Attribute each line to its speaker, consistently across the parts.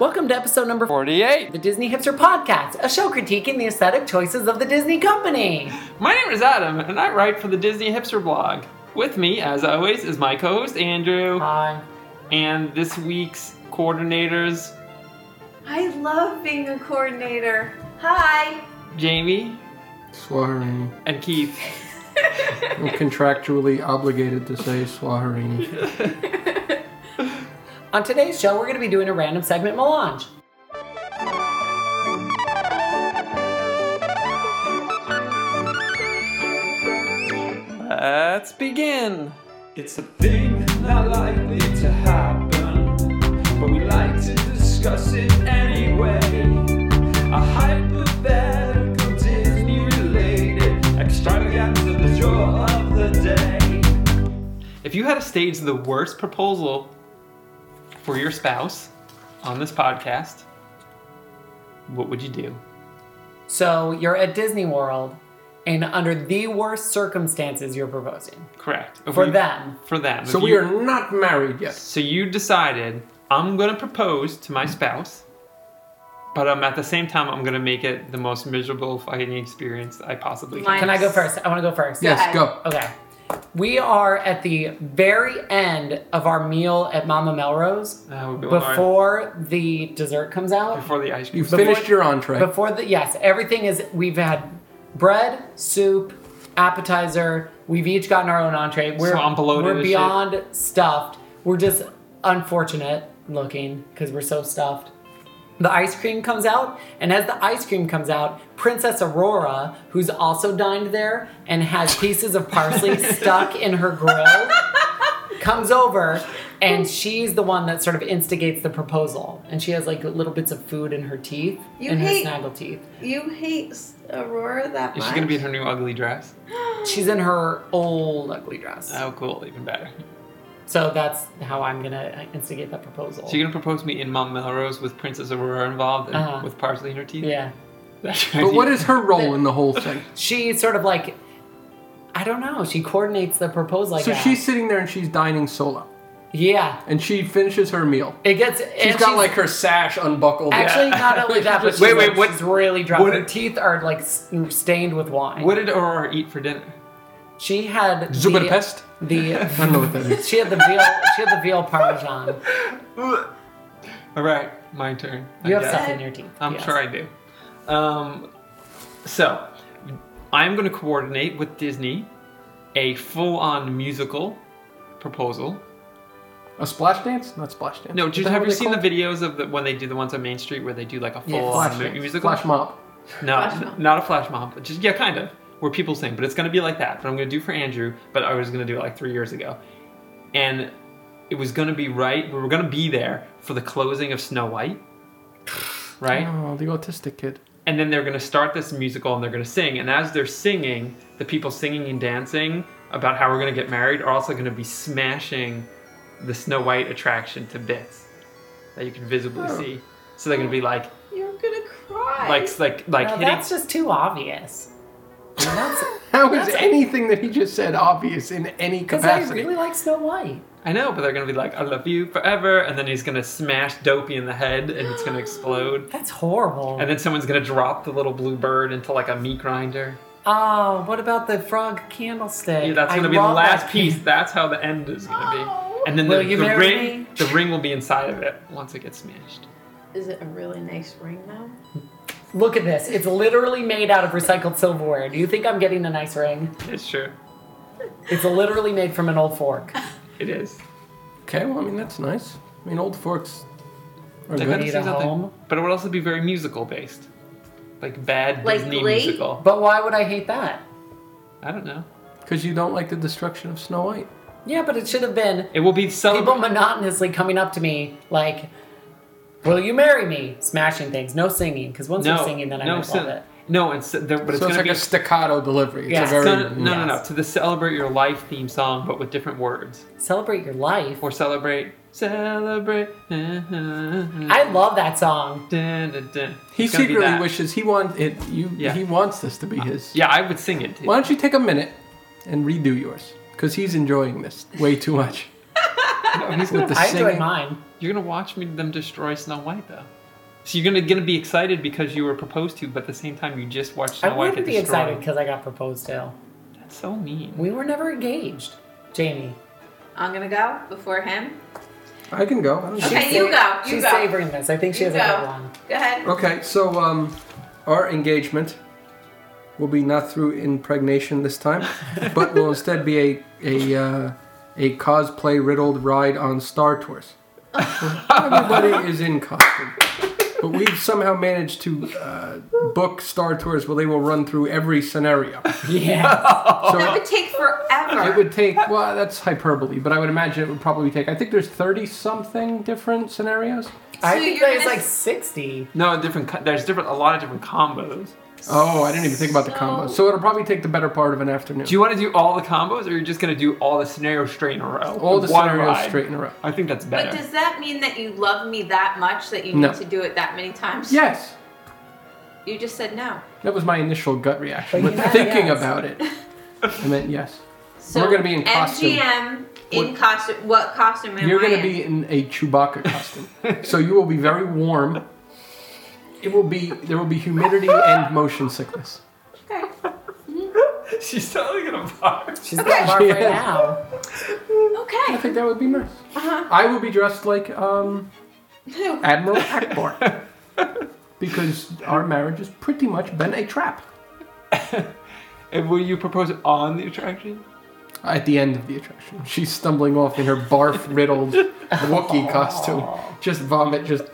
Speaker 1: Welcome to episode number
Speaker 2: 48.
Speaker 1: the Disney Hipster Podcast, a show critiquing the aesthetic choices of the Disney company.
Speaker 2: My name is Adam, and I write for the Disney Hipster blog. With me, as always, is my co host, Andrew,
Speaker 1: Hi.
Speaker 2: and this week's coordinators,
Speaker 3: I love being a coordinator. Hi.
Speaker 2: Jamie
Speaker 4: Swaharini.
Speaker 2: and Keith.
Speaker 4: I'm contractually obligated to say Swaharini.
Speaker 1: On today's show, we're going to be doing a random segment melange.
Speaker 2: Let's begin.
Speaker 5: It's a thing not likely to happen, but we like to discuss it anyway. A hypothetical Disney related extravaganza, the jaw of the day.
Speaker 2: If you had to stage the worst proposal for your spouse on this podcast, what would you do?
Speaker 1: So, you're at Disney World, and under the worst circumstances, you're proposing
Speaker 2: Correct. If
Speaker 1: for
Speaker 2: you-
Speaker 1: them.
Speaker 2: For them.
Speaker 4: So
Speaker 2: If
Speaker 4: we
Speaker 2: you-
Speaker 4: are not married yet.
Speaker 2: So you decided I'm gonna propose to my spouse, but um, at the same time I'm gonna make it the most miserable fucking experience I possibly can.
Speaker 3: Mine-
Speaker 1: Can I go first? I want to go first.
Speaker 4: Yes, go.
Speaker 1: Okay. We are at the very end of our meal at Mama Melrose
Speaker 2: That would be hard.
Speaker 1: before the dessert comes out.
Speaker 2: before the ice cream.
Speaker 4: You finished your entree.
Speaker 1: Before the yes, everything is we've had bread, soup, appetizer. We've each gotten our own entree. We're
Speaker 2: So I'm bloated
Speaker 1: we're
Speaker 2: as shit.
Speaker 1: beyond stuffed. We're just unfortunate looking because we're so stuffed. The ice cream comes out, and as the ice cream comes out, Princess Aurora, who's also dined there and has pieces of parsley stuck in her grill, comes over, and she's the one that sort of instigates the proposal. And she has like little bits of food in her teeth,
Speaker 3: You
Speaker 1: in
Speaker 3: hate-
Speaker 1: her snaggle teeth.
Speaker 3: You hate S- Aurora that much?
Speaker 2: Is she gonna be in her new ugly dress?
Speaker 1: She's in her old ugly dress.
Speaker 2: Oh, cool, even better.
Speaker 1: So that's how I'm gonna instigate that proposal.
Speaker 2: So you're gonna propose me in Mount Melrose with Princess Aurora involved and
Speaker 1: Uh-huh.
Speaker 2: with parsley in her teeth?
Speaker 1: yeah.
Speaker 2: That's
Speaker 4: But what is her role in the whole thing?
Speaker 1: She sort of like, I don't know, she coordinates the proposal. Like
Speaker 4: So
Speaker 1: that.
Speaker 4: she's sitting there and she's dining solo.
Speaker 1: Yeah.
Speaker 4: And she finishes her meal.
Speaker 1: It gets.
Speaker 4: She's got like her sash unbuckled.
Speaker 1: Actually, not only that, but she's,
Speaker 2: Wait, wait,
Speaker 1: like,
Speaker 2: what-
Speaker 1: she's really drunk.
Speaker 2: what
Speaker 1: Her
Speaker 2: did-
Speaker 1: teeth are like s- stained with wine.
Speaker 2: What did Aurora eat for dinner?
Speaker 1: She had the-
Speaker 4: Zuberpest? I
Speaker 1: The
Speaker 4: don't know what that is.
Speaker 1: she had the veal. She had the veal parmesan.
Speaker 2: All right, my turn. I
Speaker 1: You have
Speaker 2: guess.
Speaker 1: stuff in your teeth.
Speaker 2: I'm
Speaker 1: yes.
Speaker 2: sure I do. Um, so, I'm going to coordinate with Disney a full on musical proposal.
Speaker 4: A splash dance? Not splash dance.
Speaker 2: No,
Speaker 4: What
Speaker 2: just
Speaker 4: the hell
Speaker 2: have
Speaker 4: are
Speaker 2: you
Speaker 4: they
Speaker 2: seen the
Speaker 4: called?
Speaker 2: videos of the, when they do the ones on Main Street where they do like a full
Speaker 1: Yes.
Speaker 2: on
Speaker 4: Flash
Speaker 2: mu-
Speaker 4: dance.
Speaker 2: musical?
Speaker 4: Flash mob.
Speaker 2: No,
Speaker 3: Flash mob.
Speaker 2: n- not a flash mob. Just yeah, kind of where people sing, but it's gonna be like that. But I'm gonna do for Andrew, but I was gonna do it like three years ago, and it was gonna be right. We were gonna be there for the closing of Snow White, right?
Speaker 4: Oh, the autistic kid.
Speaker 2: and then they're going to start this musical and they're going to sing and as they're singing the people singing and dancing about how we're going to get married are also going to be smashing the snow white attraction to bits that you can visibly
Speaker 4: Oh.
Speaker 2: see so they're going to be like
Speaker 3: You're gonna cry.
Speaker 2: like like like
Speaker 1: No,
Speaker 2: hitting
Speaker 1: that's just too obvious.
Speaker 4: How is anything that he just said obvious in any
Speaker 1: Because I
Speaker 4: capacity?
Speaker 1: really like Snow White.
Speaker 2: i know but they're going to be like i love you forever and then he's going to smash dopey in the head and it's going to explode
Speaker 1: That's horrible.
Speaker 2: and then someone's going to drop the little blue bird into like a meat grinder
Speaker 1: oh, what about the frog candlestick?
Speaker 2: Yeah, that's
Speaker 1: I
Speaker 2: gonna be the
Speaker 1: love
Speaker 2: last
Speaker 1: that
Speaker 2: piece. That's how the end is gonna
Speaker 3: Oh.
Speaker 2: be. And then
Speaker 1: Will
Speaker 2: the,
Speaker 1: you
Speaker 2: the
Speaker 1: marry
Speaker 2: ring,
Speaker 1: me?
Speaker 2: the ring will be inside of it once it gets smashed.
Speaker 3: Is it a really nice ring though?
Speaker 1: Look at this. It's literally made out of recycled silverware. Do you think I'm getting a nice ring?
Speaker 2: It's true.
Speaker 1: It's literally made from an old fork.
Speaker 2: It is.
Speaker 4: Okay, well, I mean, that's nice. I mean, old forks are
Speaker 2: They're
Speaker 4: good.
Speaker 2: gonna
Speaker 1: Need
Speaker 2: say
Speaker 1: a
Speaker 2: something.
Speaker 1: home?
Speaker 2: But it would also be very musical based, like bad
Speaker 3: Like
Speaker 2: Disney
Speaker 3: Glee?
Speaker 2: musical.
Speaker 1: But why would I hate that?
Speaker 2: I don't know.
Speaker 4: Because you don't like the destruction of Snow White.
Speaker 1: Yeah, but it should have been
Speaker 2: It will be
Speaker 1: people
Speaker 2: celebrated.
Speaker 1: monotonously coming up to me like, "Will you marry me?" Smashing things, no singing, because once
Speaker 2: no,
Speaker 1: you're singing, then I
Speaker 2: no,
Speaker 1: don't
Speaker 2: so-
Speaker 1: love it.
Speaker 2: no, it's there, but it's gonna
Speaker 4: so it's like
Speaker 2: be
Speaker 4: a staccato delivery. It's
Speaker 1: Yeah.
Speaker 4: a very
Speaker 2: no, no, no, no,
Speaker 1: Yes.
Speaker 2: to the celebrate your life theme song, but with different words.
Speaker 1: Celebrate your life.
Speaker 2: Or celebrate, celebrate. uh-huh,
Speaker 1: I love that song.
Speaker 2: Dun, dun, dun.
Speaker 4: He
Speaker 2: It's gonna be
Speaker 4: secretly
Speaker 2: that.
Speaker 4: wishes he wants it. You
Speaker 2: Yeah. Uh-huh.
Speaker 4: he wants this to be his.
Speaker 2: Yeah, I would sing it. Too.
Speaker 4: Why don't you take a minute and redo yours? Because he's enjoying this way too much.
Speaker 2: and he's gonna.
Speaker 4: With the
Speaker 1: I
Speaker 4: singing.
Speaker 1: enjoyed mine.
Speaker 2: You're gonna watch me them destroy Snow White though. So you're gonna gonna be excited because you were proposed to, but at the same time you just watched Snow
Speaker 1: I
Speaker 2: White
Speaker 1: wouldn't
Speaker 2: get
Speaker 1: be
Speaker 2: destroyed.
Speaker 1: excited because I got proposed to.
Speaker 2: That's so mean.
Speaker 1: We were never engaged, Jamie.
Speaker 3: I'm gonna go before him.
Speaker 4: I can go. I don't
Speaker 3: Okay,
Speaker 4: care.
Speaker 3: you go, you
Speaker 1: She's
Speaker 3: go.
Speaker 1: savoring this. I think she
Speaker 3: You
Speaker 1: has a
Speaker 3: go.
Speaker 1: good one.
Speaker 3: Go ahead.
Speaker 4: Okay, so um, our engagement will be not through impregnation this time, but will instead be a a uh, a cosplay riddled ride on Star Tours. Everybody is in costume, but we've somehow managed to uh, book Star Tours where they will run through every scenario.
Speaker 1: Yeah.
Speaker 3: That
Speaker 4: So
Speaker 3: would take forever.
Speaker 4: Oh. it would take well, that's hyperbole, but I would imagine it would probably take. I think there's thirty something different scenarios.
Speaker 1: I
Speaker 3: So
Speaker 1: think
Speaker 3: you're
Speaker 1: there's
Speaker 3: gonna-
Speaker 1: like 60.
Speaker 2: No, different. co- There's different. A lot of different combos.
Speaker 4: Oh, I didn't even think about the
Speaker 3: So-
Speaker 4: combo. So it'll probably take the better part of an afternoon.
Speaker 2: Do you want to do all the combos, or you're just gonna do all the scenarios straight in a row?
Speaker 4: all the
Speaker 2: One
Speaker 4: scenarios
Speaker 2: ride?
Speaker 4: straight in a row.
Speaker 2: I think that's
Speaker 3: but
Speaker 2: better.
Speaker 3: does that mean that you love me that much that you need
Speaker 4: No.
Speaker 3: to do it that many times?
Speaker 4: Yes,
Speaker 3: You just said no.
Speaker 4: that was my initial gut reaction.
Speaker 1: But
Speaker 4: But
Speaker 1: you meant
Speaker 4: thinking
Speaker 1: yes.
Speaker 4: about it, I meant yes.
Speaker 3: So
Speaker 4: We're gonna be in costume.
Speaker 3: MGM in costume. What costume am
Speaker 4: You're
Speaker 3: I
Speaker 4: going to
Speaker 3: in?
Speaker 4: be in a Chewbacca costume, so you will be very warm. It will be there will be humidity and motion sickness.
Speaker 3: Okay.
Speaker 2: She's totally gonna bark.
Speaker 1: She's got barf right
Speaker 4: Yeah.
Speaker 1: now.
Speaker 4: I
Speaker 3: Okay.
Speaker 4: think that would be nice. I will be dressed like um, Admiral Akbar because our marriage has pretty much been a trap.
Speaker 2: And will you propose on the attraction?
Speaker 4: at the end of the attraction. She's stumbling off in her barf riddled Wookiee costume. Just vomit, just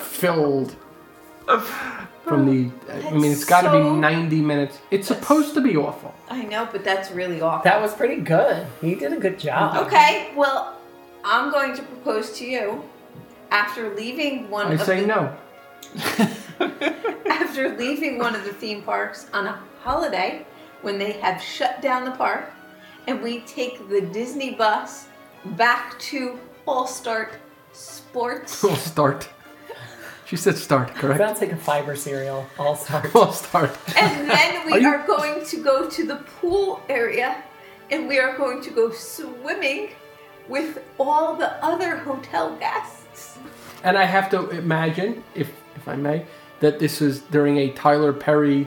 Speaker 4: filled from the. I mean, it's got to
Speaker 3: That's so-
Speaker 4: be 90 minutes. It's supposed to be awful.
Speaker 3: I know, but that's really awful.
Speaker 1: That was pretty good. He did a good job.
Speaker 3: Okay,
Speaker 4: Um,
Speaker 3: well, I'm going to propose to you after leaving one
Speaker 4: I
Speaker 3: of
Speaker 4: say
Speaker 3: the,
Speaker 4: no.
Speaker 3: after leaving one of the theme parks on a holiday when they have shut down the park and we take the Disney bus back to Hallstart Sports.
Speaker 4: We'll start. She said start, correct?
Speaker 1: Sounds like a fiber cereal. All star.
Speaker 4: We'll start.
Speaker 3: and then we
Speaker 4: Are
Speaker 3: are,
Speaker 4: you-
Speaker 3: going to go to the pool area and we are going to go swimming with all the other hotel guests.
Speaker 4: And I have to imagine, if if I may, that this is during a Tyler Perry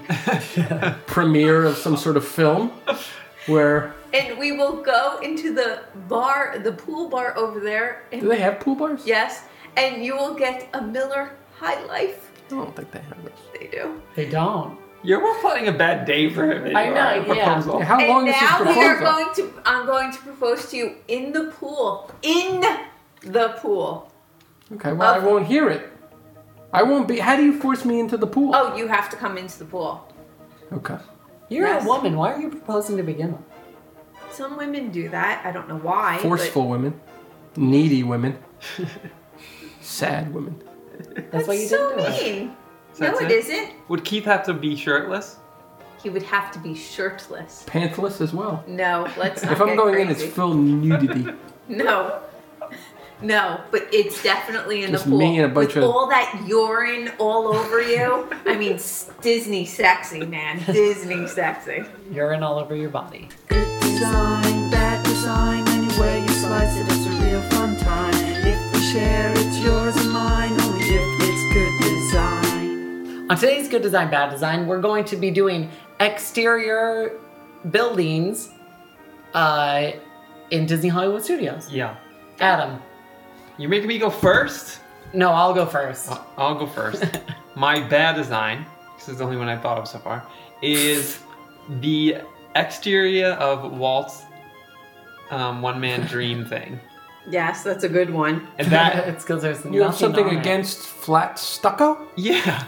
Speaker 4: premiere of some sort of film where.
Speaker 3: And we will go into the bar, the pool bar over there. And,
Speaker 4: Do they have pool bars?
Speaker 3: Yes, and you will get a Miller High Life.
Speaker 4: I don't think they have those.
Speaker 3: They do.
Speaker 1: They don't.
Speaker 2: You're we're planning a bad day for him.
Speaker 1: I know,
Speaker 2: Your
Speaker 1: yeah.
Speaker 2: Proposal.
Speaker 4: How long
Speaker 3: and
Speaker 4: is this
Speaker 3: now we are
Speaker 4: proposal?
Speaker 3: going to. I'm going to propose to you in the pool. In the pool.
Speaker 4: Okay, well, I
Speaker 3: Of-
Speaker 4: won't hear it. I won't be. How do you force me into the pool?
Speaker 3: Oh, you have to come into the pool.
Speaker 4: Okay.
Speaker 1: You're
Speaker 3: Yes.
Speaker 1: a woman. Why are you proposing to begin with?
Speaker 3: Some women do that. I don't know why. but-
Speaker 4: Forceful women, needy women, sad women.
Speaker 1: That's, why you
Speaker 3: so
Speaker 1: didn't do it.
Speaker 3: mean.
Speaker 2: So
Speaker 3: No,
Speaker 2: that's
Speaker 3: it
Speaker 2: it?
Speaker 3: isn't.
Speaker 2: Would Keith have to be shirtless?
Speaker 3: He would have to be shirtless.
Speaker 4: Pantless as well.
Speaker 3: No, let's not
Speaker 4: If I'm
Speaker 3: get
Speaker 4: going in,
Speaker 3: crazy.
Speaker 4: it's full nudity.
Speaker 3: No. No, but it's definitely in
Speaker 4: Just
Speaker 3: the pool.
Speaker 4: me and a bunch
Speaker 3: With
Speaker 4: of-
Speaker 3: all that urine all over you. I mean, s- Disney sexy, man. Disney sexy.
Speaker 1: Urine all over your body.
Speaker 6: Good design, bad design, any way you slice it, it's a real fun time. If we share, it's yours and mine, only if it's good design.
Speaker 1: On today's Good Design, Bad Design, we're going to be doing exterior buildings uh, in Disney Hollywood Studios.
Speaker 2: Yeah.
Speaker 1: Adam,
Speaker 2: You're making me go first?
Speaker 1: no, I'll go first.
Speaker 2: I'll I'll go first. My bad design, this is the only one I thought of so far, is the exterior of Walt's um, one man dream thing.
Speaker 3: Yes, that's a good one.
Speaker 2: And that,
Speaker 1: it's because there's
Speaker 4: You have
Speaker 1: nothing
Speaker 4: something
Speaker 1: on it.
Speaker 4: against flat stucco
Speaker 2: yeah,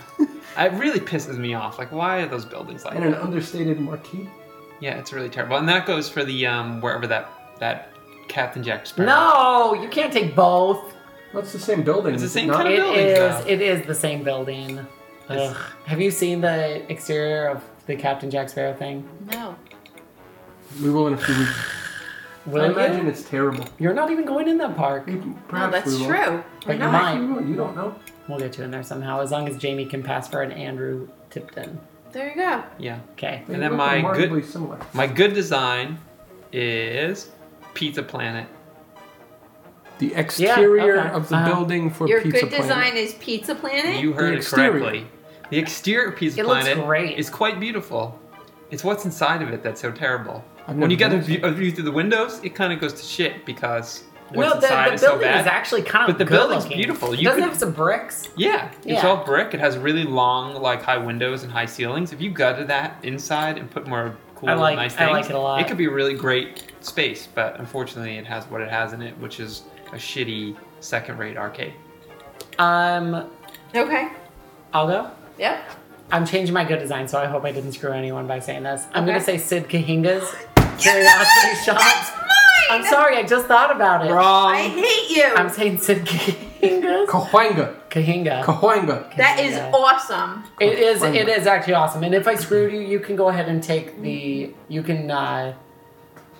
Speaker 2: it really pisses me off. Like, why are those buildings like
Speaker 4: and an understated marquee?
Speaker 2: that? Yeah, it's really terrible. And that goes for the, um, wherever that, that Captain Jack Sparrow.
Speaker 1: No, you can't take both.
Speaker 4: That's the same building.
Speaker 2: It's the
Speaker 4: is
Speaker 2: same
Speaker 4: it not?
Speaker 2: kind of
Speaker 1: It
Speaker 2: building,
Speaker 1: is.
Speaker 2: though.
Speaker 1: It is the same building. Ugh. Have you seen the exterior of the Captain Jack Sparrow thing?
Speaker 3: No.
Speaker 4: We will in a few weeks.
Speaker 1: Will
Speaker 4: I
Speaker 1: you? Oh,
Speaker 4: imagine it's terrible.
Speaker 1: You're not even going in that park.
Speaker 4: We-
Speaker 3: Well,
Speaker 4: Perhaps
Speaker 3: that's
Speaker 4: we will.
Speaker 3: true.
Speaker 1: But you
Speaker 3: We're
Speaker 1: might.
Speaker 3: not.
Speaker 4: You will, You don't know.
Speaker 1: We'll get you in there somehow, as long as Jamie can pass for an Andrew Tipton.
Speaker 3: There you go.
Speaker 2: Yeah.
Speaker 1: Okay.
Speaker 4: They
Speaker 2: And then
Speaker 4: look
Speaker 2: my good-
Speaker 4: remarkably similar.
Speaker 2: My good design is Pizza Planet.
Speaker 4: The exterior
Speaker 1: okay.
Speaker 4: of the
Speaker 1: Uh-huh.
Speaker 4: building for
Speaker 3: Your
Speaker 4: Pizza
Speaker 3: good
Speaker 4: Planet.
Speaker 3: design is Pizza Planet.
Speaker 2: You heard
Speaker 4: The
Speaker 2: it
Speaker 4: exterior.
Speaker 2: correctly. The exterior of Pizza
Speaker 1: It looks
Speaker 2: Planet
Speaker 1: great.
Speaker 2: is quite beautiful. It's what's inside of it that's so terrible.
Speaker 4: I've
Speaker 2: When
Speaker 4: never
Speaker 2: you get a
Speaker 4: noticed
Speaker 2: view, a view through the windows, it kind of goes to shit because what's
Speaker 1: no, the,
Speaker 2: inside
Speaker 1: the
Speaker 2: is so
Speaker 1: building
Speaker 2: bad.
Speaker 1: is actually kind of
Speaker 2: But the
Speaker 1: good
Speaker 2: building's
Speaker 1: looking.
Speaker 2: beautiful. You
Speaker 1: Doesn't
Speaker 2: could-
Speaker 1: it have some bricks.
Speaker 2: yeah, it's
Speaker 1: Yeah.
Speaker 2: all brick. It has really long, like high windows and high ceilings. If you gutted that inside and put more cool,
Speaker 1: I like-
Speaker 2: nice things,
Speaker 1: I like it a lot.
Speaker 2: It could be a really great space, but unfortunately, it has what it has in it, which is a shitty second-rate arcade.
Speaker 1: Um,
Speaker 3: Okay.
Speaker 1: I'll go.
Speaker 3: Yep.
Speaker 1: I'm changing my good design, so I hope I didn't screw anyone by saying this. I'm
Speaker 3: Okay.
Speaker 1: gonna say Sid Kahinga's Curiosity Shop. I'm sorry, I just thought about it.
Speaker 2: Wrong.
Speaker 3: I hate you.
Speaker 1: I'm saying Sid Kahinga's
Speaker 4: Cahuenga.
Speaker 1: Kahinga.
Speaker 4: Cahuenga.
Speaker 3: That is
Speaker 1: Yeah.
Speaker 3: awesome.
Speaker 1: It is.
Speaker 4: Wait a
Speaker 1: It
Speaker 4: minute.
Speaker 1: is actually awesome. And if I screwed you, you can go ahead and take the. You can uh,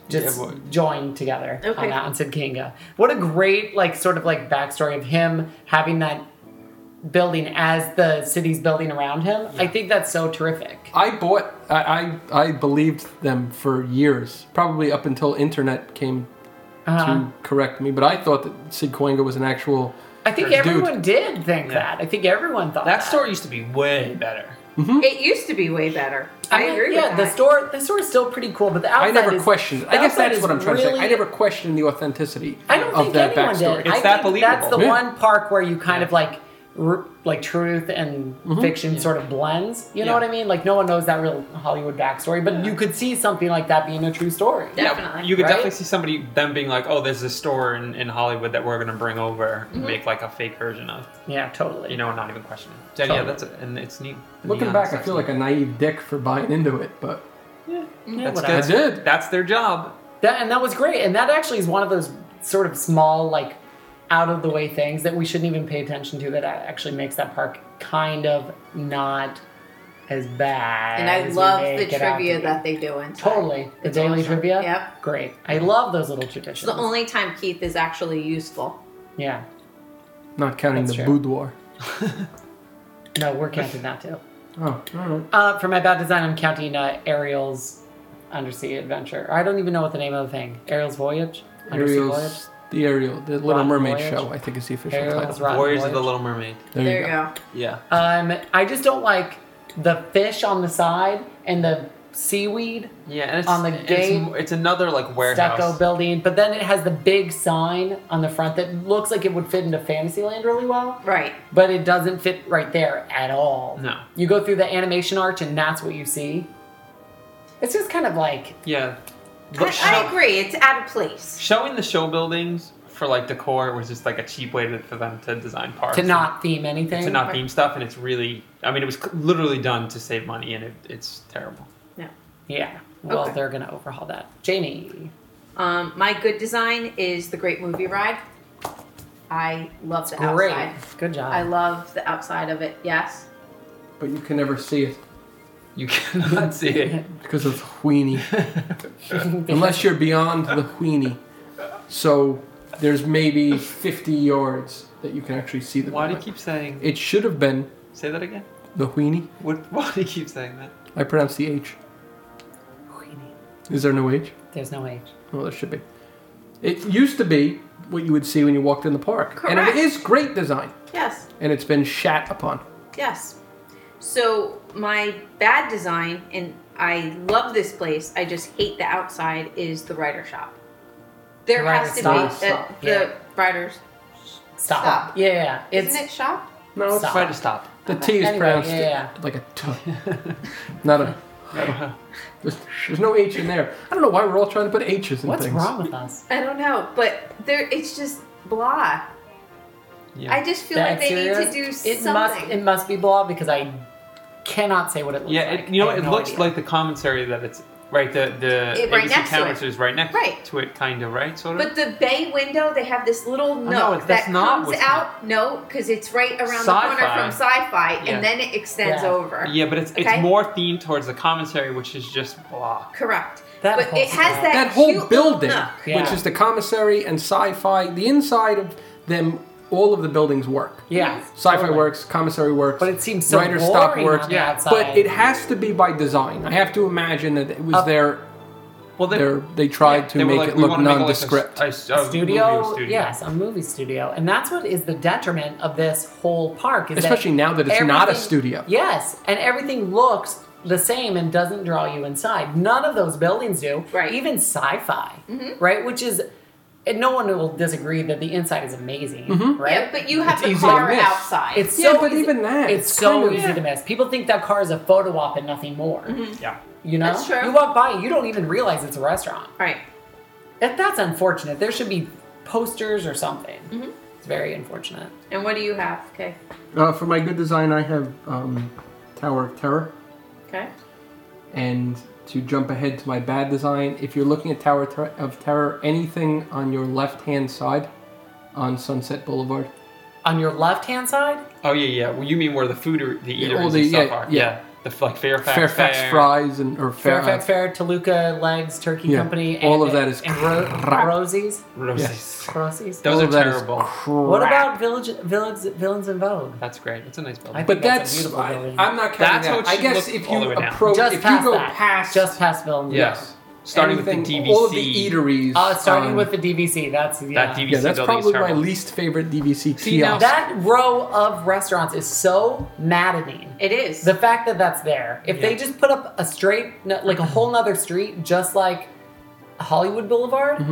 Speaker 1: just
Speaker 2: Yeah, what-
Speaker 1: join together
Speaker 3: Okay.
Speaker 1: on that on Sid Kinga. What a great like sort of like backstory of him having that building as the city's building around him. I think that's so terrific.
Speaker 4: I bought. I, I I believed them for years, probably up until internet came
Speaker 1: Uh,
Speaker 4: to correct me. But I thought that Sid Cahuenga was an actual.
Speaker 1: I think
Speaker 4: Dude.
Speaker 1: everyone did think that. I think everyone thought
Speaker 2: That store used to be way better.
Speaker 3: It used to be way better. I,
Speaker 1: mean,
Speaker 3: agree
Speaker 1: yeah,
Speaker 3: with
Speaker 1: the
Speaker 3: that.
Speaker 1: store. The store is still pretty cool, but the outside
Speaker 4: I never
Speaker 1: is-
Speaker 4: questioned. it.
Speaker 1: the
Speaker 4: I guess
Speaker 1: outside
Speaker 4: that's
Speaker 1: is
Speaker 4: what I'm trying to say. I
Speaker 1: really-
Speaker 4: never questioned the authenticity
Speaker 1: I don't
Speaker 4: of
Speaker 1: think
Speaker 4: that
Speaker 1: anyone
Speaker 4: backstory.
Speaker 1: did.
Speaker 2: It's
Speaker 1: I
Speaker 2: that
Speaker 1: think that's the
Speaker 2: believable.
Speaker 4: Yeah.
Speaker 1: one park where you kind of
Speaker 2: Yeah.
Speaker 1: like, r- like truth and
Speaker 4: Mm-hmm.
Speaker 1: fiction sort of blends. You know
Speaker 2: Yeah.
Speaker 1: what I mean? Like no one knows that real Hollywood backstory, but you could see something like that being a true story.
Speaker 3: Yeah.
Speaker 2: Yeah,
Speaker 3: Definitely,
Speaker 2: you could
Speaker 1: right?
Speaker 2: definitely see somebody them being like, "Oh, there's a store in, in Hollywood that we're gonna bring over and make like a fake version of,"
Speaker 1: Yeah, totally.
Speaker 2: you know, and not even question it. So, yeah,
Speaker 1: Totally.
Speaker 2: that's a, and it's neat. The
Speaker 4: Looking
Speaker 2: neon
Speaker 4: back, I
Speaker 2: stuff's
Speaker 4: feel like
Speaker 2: neat.
Speaker 4: a naive dick for buying into it, but
Speaker 1: Yeah,
Speaker 2: that's
Speaker 1: whatever.
Speaker 2: good.
Speaker 4: I did.
Speaker 2: That's their job.
Speaker 1: That, and that was great. And that actually is one of those sort of small, like, out of the way things that we shouldn't even pay attention to that actually makes that park kind of not as bad.
Speaker 3: and I
Speaker 1: as we
Speaker 3: love
Speaker 1: make
Speaker 3: the
Speaker 1: it out to
Speaker 3: trivia
Speaker 1: be.
Speaker 3: that they do in.
Speaker 1: Totally. The
Speaker 3: It's
Speaker 1: daily
Speaker 3: awesome.
Speaker 1: trivia?
Speaker 3: Yep.
Speaker 1: Great. I love those little traditions.
Speaker 3: It's the only time Keith is actually useful.
Speaker 1: Yeah.
Speaker 4: not counting
Speaker 1: That's
Speaker 4: the
Speaker 1: true.
Speaker 4: boudoir.
Speaker 1: No, we're counting that too.
Speaker 4: Oh, all right.
Speaker 1: Uh, for my bad design, I'm counting uh, Ariel's undersea adventure. I don't even know what the name of the thing. Ariel's voyage. Undersea voyage.
Speaker 4: Ariel's the Ariel, the Little
Speaker 1: Rotten
Speaker 4: Mermaid
Speaker 1: Voyage.
Speaker 4: show. I think is the official
Speaker 1: Ariel's
Speaker 4: title.
Speaker 1: Rotten
Speaker 2: Warriors of the
Speaker 1: Voyage.
Speaker 2: Little Mermaid.
Speaker 4: There, you go.
Speaker 2: Yeah.
Speaker 1: Um, I just don't like the fish on the side and the seaweed
Speaker 2: Yeah, and it's
Speaker 1: On the
Speaker 2: and it's
Speaker 1: gate.
Speaker 2: m- It's, another like warehouse.
Speaker 1: stucco building, but then it has the big sign on the front that looks like it would fit into Fantasyland really well,
Speaker 3: Right.
Speaker 1: but it doesn't fit right there at all.
Speaker 2: No.
Speaker 1: You go through the animation arch and that's what you see. It's just kind of like
Speaker 2: Yeah. Look,
Speaker 3: I,
Speaker 2: show-
Speaker 3: I agree. It's out of place.
Speaker 2: Showing the show buildings for like decor was just like a cheap way to, for them to design parks.
Speaker 1: to not theme anything.
Speaker 2: to not theme stuff, and it's really. I mean, it was c- literally done to save money, and it, it's terrible.
Speaker 3: No.
Speaker 1: Yeah. Well,
Speaker 3: Okay.
Speaker 1: they're going to overhaul that. Jamie.
Speaker 3: Um, my good design is the Great Movie Ride. I love the
Speaker 1: Great.
Speaker 3: outside.
Speaker 1: Good job.
Speaker 3: I love the outside of it. Yes.
Speaker 4: But you can never see it
Speaker 2: You cannot see it.
Speaker 4: because of Weenie. Unless you're beyond the Weenie. So there's maybe 50 yards that you can actually see the
Speaker 2: Why do you
Speaker 4: mermaid.
Speaker 2: keep saying?
Speaker 4: It should have been
Speaker 2: Say that again.
Speaker 4: the Weenie.
Speaker 2: What? Why do you keep saying that?
Speaker 4: I pronounce the H. Is there no H?
Speaker 1: There's no H.
Speaker 4: Well, there should be. It used to be what you would see when you walked in the park. And it
Speaker 3: Correct.
Speaker 4: is great design.
Speaker 3: Yes.
Speaker 4: And it's been shat upon.
Speaker 3: Yes. So my bad design, and I love this place. I just hate the outside. Is the writer shop? There
Speaker 1: The writer
Speaker 3: has to
Speaker 1: stop.
Speaker 3: be
Speaker 1: Stop.
Speaker 3: the,
Speaker 1: Yeah.
Speaker 3: the writers.
Speaker 1: Stop.
Speaker 3: Stop.
Speaker 1: Yeah, yeah. It's
Speaker 3: Isn't it shop?
Speaker 4: No, it's
Speaker 1: Stop.
Speaker 2: Try to stop.
Speaker 4: The T is
Speaker 1: Anyway,
Speaker 4: pronounced
Speaker 1: yeah,
Speaker 4: like a T. Not a. There's, there's no H in there. I don't know why we're all trying to put H's in
Speaker 1: what's
Speaker 4: things.
Speaker 1: wrong with us?
Speaker 3: I don't know, but there it's just blah.
Speaker 2: Yeah.
Speaker 3: I just feel
Speaker 1: The
Speaker 3: like they need to
Speaker 1: exteriors?
Speaker 3: do
Speaker 1: it
Speaker 3: something.
Speaker 1: must it must be blah because I cannot say what it looks
Speaker 2: yeah.
Speaker 1: like.
Speaker 2: It, you know,
Speaker 1: I have
Speaker 2: it
Speaker 1: no
Speaker 2: looks
Speaker 1: idea.
Speaker 2: like the commentary that it's right. The the
Speaker 3: It- right
Speaker 2: ABC
Speaker 3: next to it.
Speaker 2: cameras is right next
Speaker 3: Right.
Speaker 2: to it, kind of right, sort of.
Speaker 3: but the bay window, they have this little nook
Speaker 2: know, it's- that's
Speaker 3: that
Speaker 2: not
Speaker 3: comes
Speaker 2: what's
Speaker 3: out. No, because it's right around the corner
Speaker 2: Sci-fi.
Speaker 3: from sci-fi,
Speaker 2: Yeah.
Speaker 3: and then it extends
Speaker 1: Yeah.
Speaker 3: over.
Speaker 2: Yeah, but it's
Speaker 3: Okay?
Speaker 2: it's more themed towards the commentary, which is just blah.
Speaker 3: Correct.
Speaker 1: That
Speaker 3: but
Speaker 1: whole
Speaker 3: it has
Speaker 1: stuff.
Speaker 3: that,
Speaker 4: That whole
Speaker 3: cute
Speaker 4: building,
Speaker 3: Nook.
Speaker 1: Yeah.
Speaker 4: which is the commissary and sci-fi, the inside of them, all of the buildings work.
Speaker 1: Yeah.
Speaker 4: Sci-fi
Speaker 1: totally.
Speaker 4: works, commissary works.
Speaker 1: But it seems so
Speaker 4: writer
Speaker 1: boring
Speaker 4: stop works.
Speaker 1: on the
Speaker 2: yeah,
Speaker 1: outside.
Speaker 4: But it has to be by design. I have to imagine that it was
Speaker 1: Of-
Speaker 4: there
Speaker 2: Well, they,
Speaker 4: They're, they tried to
Speaker 2: they were
Speaker 4: make
Speaker 2: like,
Speaker 4: it
Speaker 2: "We
Speaker 4: look
Speaker 2: wanna make it like a s-
Speaker 4: nondescript.
Speaker 2: a s- a movie
Speaker 1: studio,
Speaker 2: studio.
Speaker 1: yes, a movie studio, and that's what is the detriment of this whole park. Is
Speaker 4: Especially
Speaker 1: that
Speaker 4: now that it's not a
Speaker 1: everything-
Speaker 4: studio.
Speaker 1: Yes, and everything looks the same and doesn't draw you inside. None of those buildings do.
Speaker 3: Right. Mm-hmm.
Speaker 1: Even sci-fi, right? Which is, and no one will disagree that the inside is amazing, right?
Speaker 3: Yeah, but you have
Speaker 4: It's
Speaker 3: the
Speaker 4: easy to
Speaker 3: car
Speaker 4: miss.
Speaker 3: outside.
Speaker 1: It's
Speaker 4: Mm-hmm. Yeah,
Speaker 1: so
Speaker 4: but
Speaker 1: easy-
Speaker 4: even that,
Speaker 1: it's,
Speaker 4: it's
Speaker 1: so
Speaker 4: kind of-
Speaker 1: easy to miss. People think that car is a photo op and nothing more.
Speaker 2: Yeah.
Speaker 1: You know,
Speaker 3: Mm-hmm. That's true.
Speaker 1: you walk by, you don't even realize it's a restaurant.
Speaker 3: right.
Speaker 1: That, that's unfortunate. There should be posters or something. It's very unfortunate.
Speaker 3: And what do you have? Okay.
Speaker 4: Uh, for my good design, I have um, Tower of Terror.
Speaker 3: Okay.
Speaker 4: And to jump ahead to my bad design, if you're looking at Tower Ter- of Terror, anything on your left hand side on Sunset Boulevard.
Speaker 1: On your left hand side,
Speaker 2: Oh yeah, yeah. Well, you mean where the food or the eateries
Speaker 4: all
Speaker 2: and
Speaker 4: the-
Speaker 2: stuff
Speaker 4: yeah,
Speaker 2: are?
Speaker 4: yeah.
Speaker 2: The f- like Fairfax,
Speaker 4: Fairfax
Speaker 2: Fair.
Speaker 4: Fries and or Fair, uh,
Speaker 1: Fairfax Fair, Toluca Legs, Turkey
Speaker 4: Yeah.
Speaker 1: Company, and,
Speaker 4: All of that is
Speaker 1: and Ro-
Speaker 4: crap.
Speaker 1: Rosie's.
Speaker 2: Roses.
Speaker 4: Yes.
Speaker 1: Rosie's.
Speaker 2: Those
Speaker 4: all
Speaker 2: are
Speaker 4: of that is
Speaker 2: terrible.
Speaker 1: What about Village Villains Villains in Vogue?
Speaker 2: That's great. It's a nice building.
Speaker 1: I
Speaker 4: But
Speaker 1: think that's a
Speaker 4: that's,
Speaker 1: beautiful
Speaker 4: I,
Speaker 1: building.
Speaker 4: am not counting
Speaker 2: That's how
Speaker 4: that.
Speaker 2: it
Speaker 4: I
Speaker 2: should
Speaker 4: guess
Speaker 2: look
Speaker 4: if
Speaker 2: all the
Speaker 4: you
Speaker 2: way down.
Speaker 4: approach,
Speaker 1: Just
Speaker 4: if you
Speaker 1: past
Speaker 4: go
Speaker 1: that.
Speaker 4: past
Speaker 1: just past Villains.
Speaker 2: yes. Starting with the
Speaker 4: anything-
Speaker 2: DVC.
Speaker 4: all of the eateries,
Speaker 1: Uh, starting
Speaker 4: um,
Speaker 1: with the DVC. That's yeah.
Speaker 2: That DVC
Speaker 4: yeah, that's
Speaker 2: building
Speaker 4: probably
Speaker 2: is
Speaker 4: my
Speaker 2: terrible.
Speaker 4: least favorite DVC
Speaker 2: See, now-
Speaker 4: kiosk.
Speaker 1: That row of restaurants is so maddening.
Speaker 3: It is.
Speaker 1: The fact that that's there. If they
Speaker 2: Yeah.
Speaker 1: just put up a straight, n- like a whole nother street, just like Hollywood Boulevard,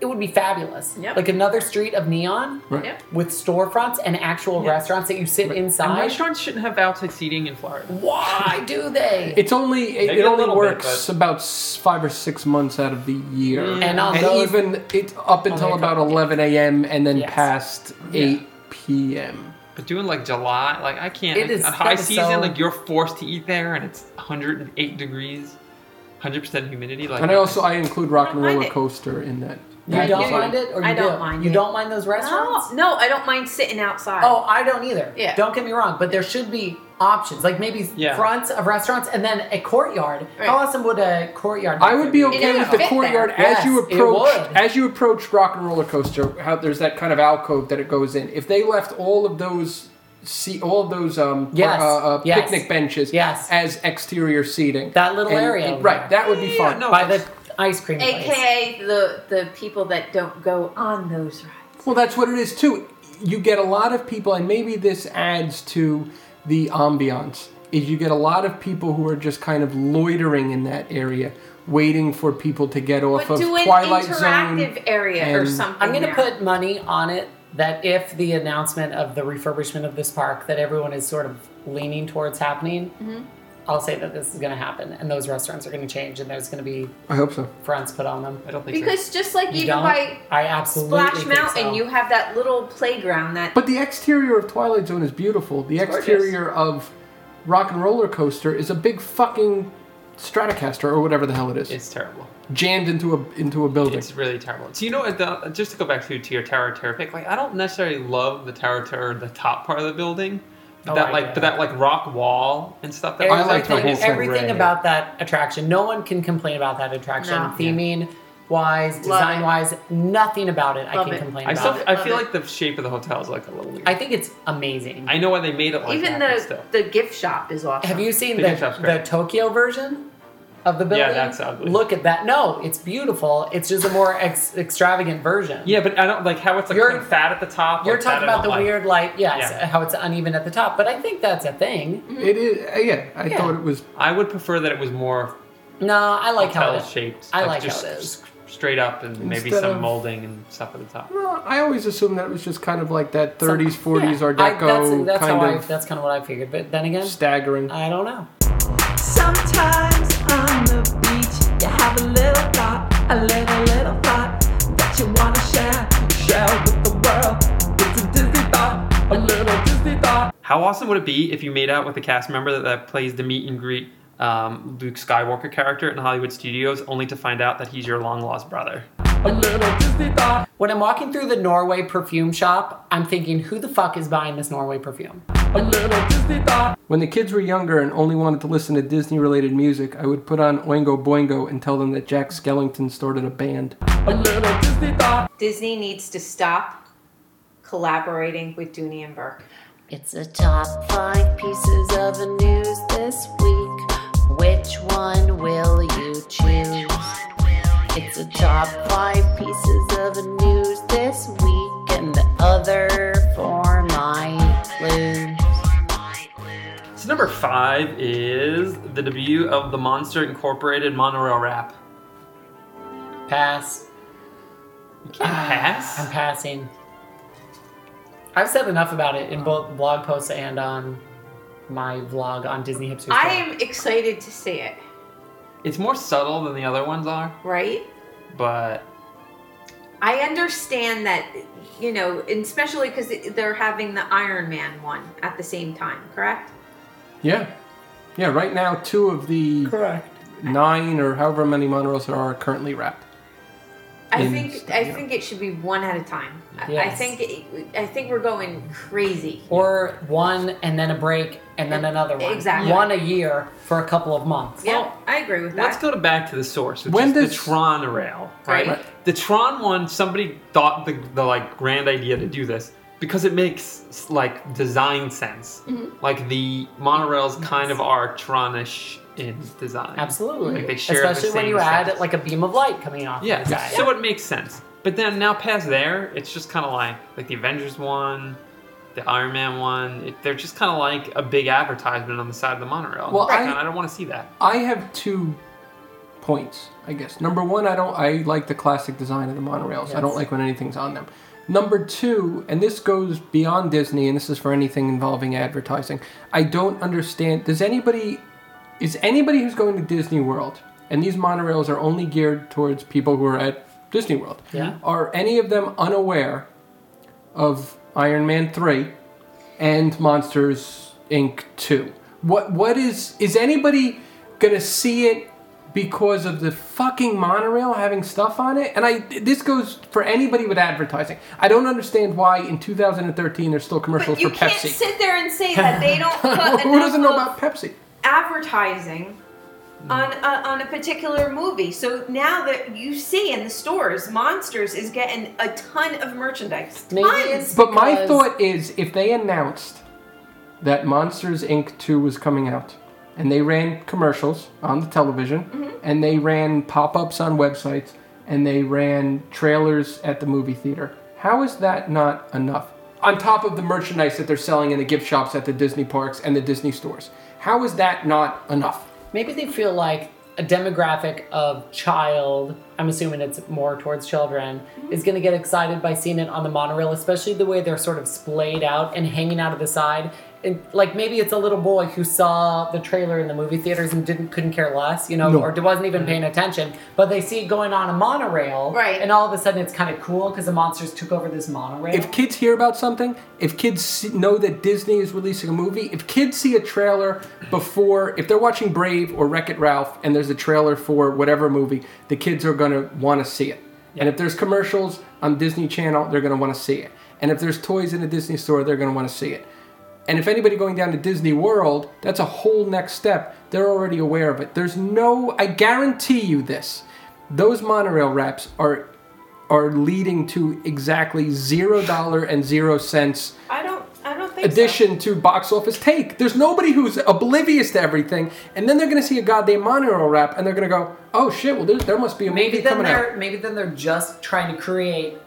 Speaker 1: it would be fabulous.
Speaker 3: Yep.
Speaker 1: Like another street of neon
Speaker 4: Right.
Speaker 3: Yep.
Speaker 1: with storefronts and actual restaurants that you sit
Speaker 2: And
Speaker 1: inside.
Speaker 2: restaurants shouldn't have outside seating in Florida.
Speaker 1: Why do they?
Speaker 4: It's only it,
Speaker 2: Maybe
Speaker 4: it
Speaker 2: a
Speaker 4: only
Speaker 2: little bit,
Speaker 4: works
Speaker 2: but- Mm.
Speaker 4: about s- five or six months out of the year,
Speaker 1: And on
Speaker 4: and
Speaker 1: those-
Speaker 4: even it up until
Speaker 1: they
Speaker 4: about
Speaker 1: come-
Speaker 4: 11 a.m. and then
Speaker 1: Yes.
Speaker 4: past
Speaker 2: Yeah.
Speaker 4: 8 p.m.
Speaker 2: But doing like July, like I can't.
Speaker 1: It is-
Speaker 2: at high
Speaker 1: that is
Speaker 2: season,
Speaker 1: so-
Speaker 2: like you're forced to eat there, and it's 108 degrees, 100 percent humidity. Like
Speaker 4: And I also I include Rock and
Speaker 3: I
Speaker 4: Roller
Speaker 3: mind it.
Speaker 4: Coaster in that.
Speaker 1: you
Speaker 4: that
Speaker 1: don't
Speaker 4: design.
Speaker 1: mind it, or you
Speaker 3: I don't
Speaker 1: do?
Speaker 3: mind
Speaker 1: You
Speaker 3: it.
Speaker 1: don't mind those restaurants?
Speaker 3: no, no, I don't mind sitting outside.
Speaker 1: Oh, I don't either.
Speaker 3: Yeah.
Speaker 1: Don't get me wrong, but there should be options, like maybe
Speaker 2: Yeah.
Speaker 1: fronts of restaurants and then a courtyard.
Speaker 3: Right.
Speaker 1: How awesome would a courtyard?
Speaker 4: I would be okay
Speaker 3: doesn't
Speaker 4: with the
Speaker 3: fit
Speaker 4: courtyard
Speaker 1: there.
Speaker 4: as you
Speaker 1: Yes, it
Speaker 4: approach
Speaker 1: would.
Speaker 4: as you approach Rock and Roller Coaster. How there's that kind of alcove that it goes in. If they left all of those see all of those um
Speaker 1: Yes,
Speaker 4: uh, uh,
Speaker 1: yes,
Speaker 4: picnic benches
Speaker 1: yes.
Speaker 4: as exterior seating.
Speaker 1: That little
Speaker 4: And-
Speaker 1: area
Speaker 4: and-
Speaker 1: over
Speaker 4: right?
Speaker 1: there.
Speaker 4: That would be
Speaker 2: Yeah,
Speaker 4: fun.
Speaker 2: no,
Speaker 1: by the ice cream place.
Speaker 3: AKA the the people that don't go on those rides.
Speaker 4: Well, that's what it is too. You get a lot of people, and maybe this adds to the ambiance. Is you get a lot of people who are just kind of loitering in that area, waiting for people to get off
Speaker 3: But
Speaker 4: of
Speaker 3: do an
Speaker 4: Twilight
Speaker 3: interactive
Speaker 4: Zone.
Speaker 3: area or
Speaker 4: and-
Speaker 3: something.
Speaker 1: I'm going to
Speaker 3: there.
Speaker 1: put money on it that if the announcement of the refurbishment of this park that everyone is sort of leaning towards happening,
Speaker 3: Mm-hmm.
Speaker 1: I'll say that this is going to happen and those restaurants are going to change and there's going to be
Speaker 4: I hope so.
Speaker 1: fronts put on them.
Speaker 2: I don't think so.
Speaker 3: because just like
Speaker 1: You
Speaker 3: even
Speaker 1: don't?
Speaker 3: by
Speaker 1: I absolutely
Speaker 3: Splash
Speaker 1: think
Speaker 3: Mountain,
Speaker 1: so.
Speaker 3: you have that little playground that
Speaker 4: But the exterior of Twilight Zone is beautiful. The exterior of Rock and Roller Coaster is a big fucking Stratocaster or whatever the hell it is,
Speaker 2: it's terrible.
Speaker 4: jammed into a into a building.
Speaker 2: It's really terrible. So you know, at the, just to go back to to your Tower of Terror pick, like I don't necessarily love the Tower of Terror, the top part of the building, but
Speaker 1: Oh,
Speaker 2: that
Speaker 1: I
Speaker 2: like,
Speaker 1: get
Speaker 2: but
Speaker 1: it.
Speaker 2: that like rock wall and stuff. That
Speaker 1: Everything,
Speaker 4: I like the whole
Speaker 2: is
Speaker 4: thing.
Speaker 1: everything
Speaker 2: great.
Speaker 1: about that attraction. No one can complain about that attraction.
Speaker 3: No.
Speaker 1: Theming wise,
Speaker 3: Love
Speaker 1: design wise, nothing about it I
Speaker 3: Love
Speaker 1: can
Speaker 3: it.
Speaker 1: complain
Speaker 2: I
Speaker 1: about.
Speaker 2: still,
Speaker 3: it.
Speaker 2: I
Speaker 3: Love
Speaker 2: feel
Speaker 3: it.
Speaker 2: like the shape of the hotel is like a little weird.
Speaker 1: I think it's amazing.
Speaker 2: I know why they made it like
Speaker 3: even
Speaker 2: that. but
Speaker 3: the
Speaker 2: still.
Speaker 3: the gift shop is awesome.
Speaker 1: Have you seen
Speaker 2: The
Speaker 1: the,
Speaker 2: gift shop's
Speaker 1: the
Speaker 2: great.
Speaker 1: Tokyo version of the building?
Speaker 2: that's ugly.
Speaker 1: Look at that. No, it's beautiful. It's just a more ex- extravagant version.
Speaker 2: yeah, but I don't like how it's like
Speaker 1: You're-
Speaker 2: kind of fat at the top.
Speaker 1: You're
Speaker 2: like, fat
Speaker 1: talking
Speaker 2: I
Speaker 1: about
Speaker 2: don't
Speaker 1: the
Speaker 2: like.
Speaker 1: weird, like, yes,
Speaker 2: Yeah.
Speaker 1: how it's uneven at the top, but I think that's a thing.
Speaker 4: It is. Yeah, I
Speaker 1: Yeah.
Speaker 4: thought it was.
Speaker 2: I would prefer that it was more
Speaker 1: No, I like how
Speaker 2: hotel
Speaker 1: it is.
Speaker 2: shaped.
Speaker 1: I like
Speaker 2: just
Speaker 1: how it is.
Speaker 2: Straight up and maybe
Speaker 4: Instead
Speaker 2: some
Speaker 4: of-
Speaker 2: molding and stuff at the top.
Speaker 4: Well, I always assumed that it was just kind of like that 30s, 40s
Speaker 1: Yeah.
Speaker 4: Art
Speaker 1: I-
Speaker 4: Deco
Speaker 1: that's, that's
Speaker 4: kind
Speaker 1: how I,
Speaker 4: of
Speaker 1: that's kind of what I figured, but then again,
Speaker 4: staggering.
Speaker 1: I don't know.
Speaker 6: Sometimes on the beach, you have a little thought, a little, little thought that you want to share. Share with the world. It's a Disney thought, a little Disney thought.
Speaker 2: How awesome would it be if you made out with a cast member that, that plays the meet and greet um, Luke Skywalker character in Hollywood Studios, only to find out that he's your long lost brother?
Speaker 6: A little Disney thought,
Speaker 1: When I'm walking through the Norway perfume shop, I'm thinking, who the fuck is buying this Norway perfume?
Speaker 6: a little Disney thought.
Speaker 4: When the kids were younger and only wanted to listen to Disney related music, I would put on Oingo Boingo and tell them that Jack Skellington started a band.
Speaker 6: A little Disney thought.
Speaker 3: Disney needs to stop collaborating with Dooney and Burke.
Speaker 7: It's the top five pieces of the news this week with Which one will you choose? It's the top five pieces of news this week, and the other four might lose.
Speaker 2: So number five is the debut of the Monster Incorporated monorail rap.
Speaker 1: Pass.
Speaker 2: You can't
Speaker 1: I'm
Speaker 2: pass.
Speaker 1: passing. I've said enough about it in both blog posts and on my vlog on Disney Hipsters.
Speaker 3: I
Speaker 1: Club.
Speaker 3: am excited to see it,
Speaker 2: It's more subtle than the other ones are,
Speaker 3: right?
Speaker 2: but
Speaker 3: I understand that, you know, and especially because they're having the Iron Man one at the same time, correct?
Speaker 4: Yeah. Yeah, right now, two of the
Speaker 1: correct.
Speaker 4: nine or however many monorails there are currently wrapped.
Speaker 3: I
Speaker 4: In
Speaker 3: think
Speaker 4: st-
Speaker 3: I
Speaker 4: yeah.
Speaker 3: think it should be one at a time. I- I
Speaker 1: Yes.
Speaker 3: think it, I think we're going crazy.
Speaker 1: Or one and then a break and then another one.
Speaker 3: Exactly.
Speaker 1: One a year for a couple of months.
Speaker 3: Yeah, I agree with
Speaker 2: let's
Speaker 3: that.
Speaker 2: go to back to the source, which
Speaker 4: When
Speaker 2: is the
Speaker 4: does-
Speaker 2: Tron rail, right?
Speaker 3: Right.
Speaker 2: The Tron one, somebody thought the, the like grand idea to do this because it makes like design sense. Like the monorails kind of are Tronish in design.
Speaker 1: Absolutely.
Speaker 2: Like they share the
Speaker 1: Especially when
Speaker 2: same
Speaker 1: you add
Speaker 2: sex.
Speaker 1: like a beam of light coming off.
Speaker 2: Yeah,
Speaker 1: the side.
Speaker 2: so it makes sense. But then now past there, it's just kind of like like the Avengers one, the Iron Man one. It, they're just kind of like a big advertisement on the side of the monorail.
Speaker 4: Well,
Speaker 2: Like,
Speaker 4: I-
Speaker 2: God, I, don't want to see that.
Speaker 4: I have two points, I guess. Number one, I don't. I like the classic design of the monorails. I don't
Speaker 1: Yes.
Speaker 4: like when anything's on them. Number two, and this goes beyond Disney, and this is for anything involving advertising. I don't understand. Does anybody? Is anybody who's going to Disney World, and these monorails are only geared towards people who are at Disney World,
Speaker 1: Yeah.
Speaker 4: are any of them unaware of Iron Man 3 and Monsters Inc 2. What what is is anybody going to see it because of the fucking monorail having stuff on it? And I this goes for anybody with advertising. I don't understand why in 2013 there's still commercials
Speaker 3: But you
Speaker 4: for
Speaker 3: can't
Speaker 4: Pepsi.
Speaker 3: sit there and say that they don't put
Speaker 4: Who doesn't know
Speaker 3: enough
Speaker 4: about Pepsi?
Speaker 3: advertising on a, on a particular movie. So now that you see in the stores, Monsters is getting a ton of merchandise.
Speaker 1: Maybe
Speaker 3: Tons.
Speaker 1: it's-
Speaker 4: But my
Speaker 1: Because-
Speaker 4: thought is if they announced that Monsters Inc. 2 was coming out and they ran commercials on the television and they ran pop ups on websites and they ran trailers at the movie theater, how is that not enough? On top of the merchandise that they're selling in the gift shops at the Disney parks and the Disney stores, how is that not enough?
Speaker 1: Maybe they feel like a demographic of child, I'm assuming it's more towards children, is going to get excited by seeing it on the monorail, especially the way they're sort of splayed out and hanging out of the side. And like maybe it's a little boy who saw the trailer in the movie theaters and didn't couldn't care less, you know,
Speaker 4: No.
Speaker 1: or wasn't even paying attention. But they see it going on a monorail,
Speaker 3: Right.
Speaker 1: And all of a sudden it's kind of cool because the monsters took over this monorail.
Speaker 4: If kids hear about something, if kids see, know that Disney is releasing a movie, if kids see a trailer before, if they're watching Brave or Wreck It Ralph and there's a trailer for whatever movie, the kids are going to want to see it. And if there's commercials on Disney Channel, they're going to want to see it. And if there's toys in a Disney store, they're going to want to see it. And if anybody going down to Disney World, that's a whole next step. They're already aware of it. There's no, I guarantee you this. Those monorail wraps are are leading to exactly zero dollar and zero cents
Speaker 3: I don't. I don't think. so.
Speaker 4: addition to box office take. There's nobody who's oblivious to everything, and then they're gonna see a goddamn monorail wrap, and they're gonna go, "Oh shit! Well, there, there must be a
Speaker 1: maybe
Speaker 4: movie
Speaker 1: then
Speaker 4: coming out."
Speaker 1: they're maybe then they're just trying to create